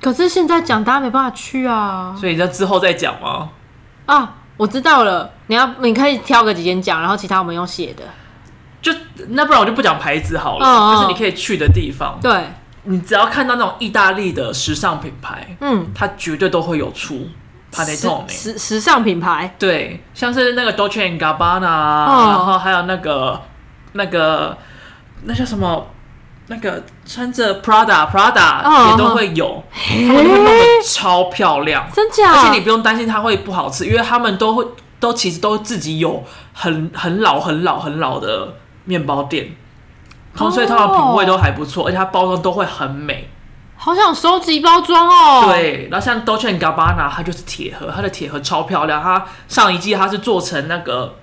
[SPEAKER 1] 可是现在讲大家没办法去啊
[SPEAKER 2] 所以那之后再讲哦吗？
[SPEAKER 1] 啊！我知道了，你要你可以挑个几间讲，然后其他我们用写的。
[SPEAKER 2] 就那不然我就不讲牌子好了，
[SPEAKER 1] 嗯嗯
[SPEAKER 2] 就是你可以去的地方，
[SPEAKER 1] 对，
[SPEAKER 2] 你只要看到那种意大利的时尚品牌，
[SPEAKER 1] 嗯，
[SPEAKER 2] 它绝对都会有出 panettone。
[SPEAKER 1] 时时尚品 牌
[SPEAKER 2] 对，像是那个 Dolce and Gabbana，、啊
[SPEAKER 1] 嗯
[SPEAKER 2] 然后还有那个那个那叫什么？那个穿着 Prada Prada
[SPEAKER 1] 嗯
[SPEAKER 2] 也都 会有，他们会弄得超漂亮，
[SPEAKER 1] 真假？
[SPEAKER 2] 而且你不用担心它会不好吃，因为他们都会都其实都自己有很很老很老很老的面包店，同所以通常品味都还不错，而且它包装都会很美。
[SPEAKER 1] 好想收集包装哦。，
[SPEAKER 2] 对，然后像 Dolce Gabbana，它就是铁盒，它的铁盒超漂亮。它上一季它是做成那个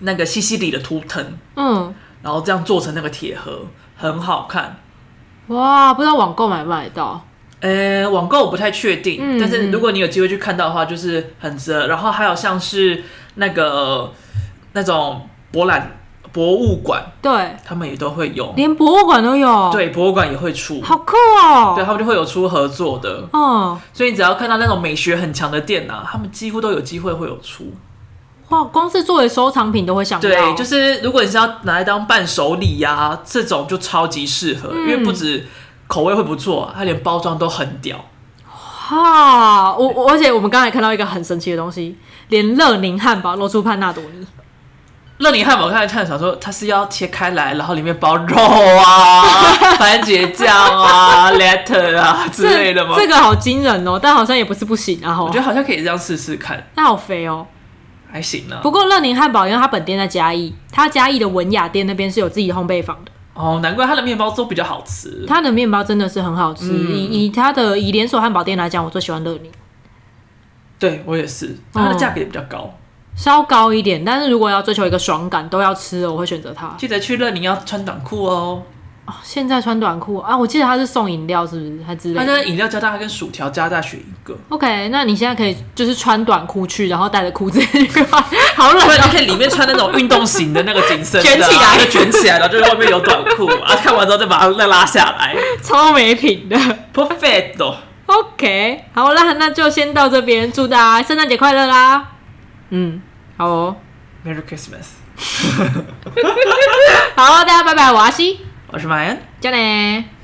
[SPEAKER 2] 那个西西里的图腾，
[SPEAKER 1] 嗯，
[SPEAKER 2] 然后这样做成那个铁盒，很好看。
[SPEAKER 1] 哇，不知道网购买不买得到。
[SPEAKER 2] 呃，网购我不太确定，
[SPEAKER 1] 嗯
[SPEAKER 2] 但是如果你有机会去看到的话，就是很值得。然后还有像是那个那种博览博物馆，
[SPEAKER 1] 对，
[SPEAKER 2] 他们也都会有，
[SPEAKER 1] 连博物馆都有。，
[SPEAKER 2] 哦对，博物馆也会出，
[SPEAKER 1] 好酷哦。
[SPEAKER 2] 对，他们就会有出合作的。
[SPEAKER 1] 嗯，
[SPEAKER 2] 所以你只要看到那种美学很强的店啊，他们几乎都有机会会有出。
[SPEAKER 1] 哇，光是作为收藏品都会想到。
[SPEAKER 2] 对，就是如果你是要拿来当伴手礼呀、这种就超级适合，
[SPEAKER 1] 嗯
[SPEAKER 2] 因为不止口味会不错，它连包装都很屌。
[SPEAKER 1] 哈，我我而且我们刚才看到一个很神奇的东西，连乐宁汉堡露出潘纳朵尼，
[SPEAKER 2] 乐你汉堡看了看，想说它是要切开来，然后里面包肉 啊、番茄酱啊、letter 啊之类的吗？
[SPEAKER 1] 这这个好惊人哦，但好像也不是不行啊吼
[SPEAKER 2] 我觉。得好像可以这样试试看，
[SPEAKER 1] 那好肥哦。
[SPEAKER 2] 还行啊。
[SPEAKER 1] 不过乐宁汉堡因为它本店在嘉义，它嘉义的文雅店那边是有自己的烘焙坊的，
[SPEAKER 2] 哦，难怪它的面包都比较好吃。
[SPEAKER 1] 它的面包真的是很好吃。
[SPEAKER 2] 嗯
[SPEAKER 1] 以以它的以连锁汉堡店来讲，我最喜欢乐宁，
[SPEAKER 2] 对我也
[SPEAKER 1] 嗯
[SPEAKER 2] 是，它的价格也比较高。
[SPEAKER 1] 稍高一点，但是如果要追求一个爽感，都要吃的，我会选择它。
[SPEAKER 2] 记得去乐宁要穿短裤哦，
[SPEAKER 1] 哦现在穿短裤啊，我记得它是送饮料，是不是？还之类
[SPEAKER 2] 它
[SPEAKER 1] 的。
[SPEAKER 2] 的饮料加大跟薯条加大选一个。
[SPEAKER 1] OK，那你现在可以就是穿短裤去，然后带着裤子去，好冷
[SPEAKER 2] 不然
[SPEAKER 1] 哦、
[SPEAKER 2] 你可以里面穿那种运动型的那个紧身的啊
[SPEAKER 1] 卷起来
[SPEAKER 2] 就卷起来，然后就是外面有短裤啊，看完之后再把它再拉下来
[SPEAKER 1] 超没品的。
[SPEAKER 2] ，perfect 哦。
[SPEAKER 1] 哦 OK，好啦，那就先到这边，祝大家圣诞节快乐啦！嗯，好哦，
[SPEAKER 2] Merry Christmas，
[SPEAKER 1] 好，大家拜拜，我阿西，
[SPEAKER 2] 我是 Ryan。
[SPEAKER 1] 加呢。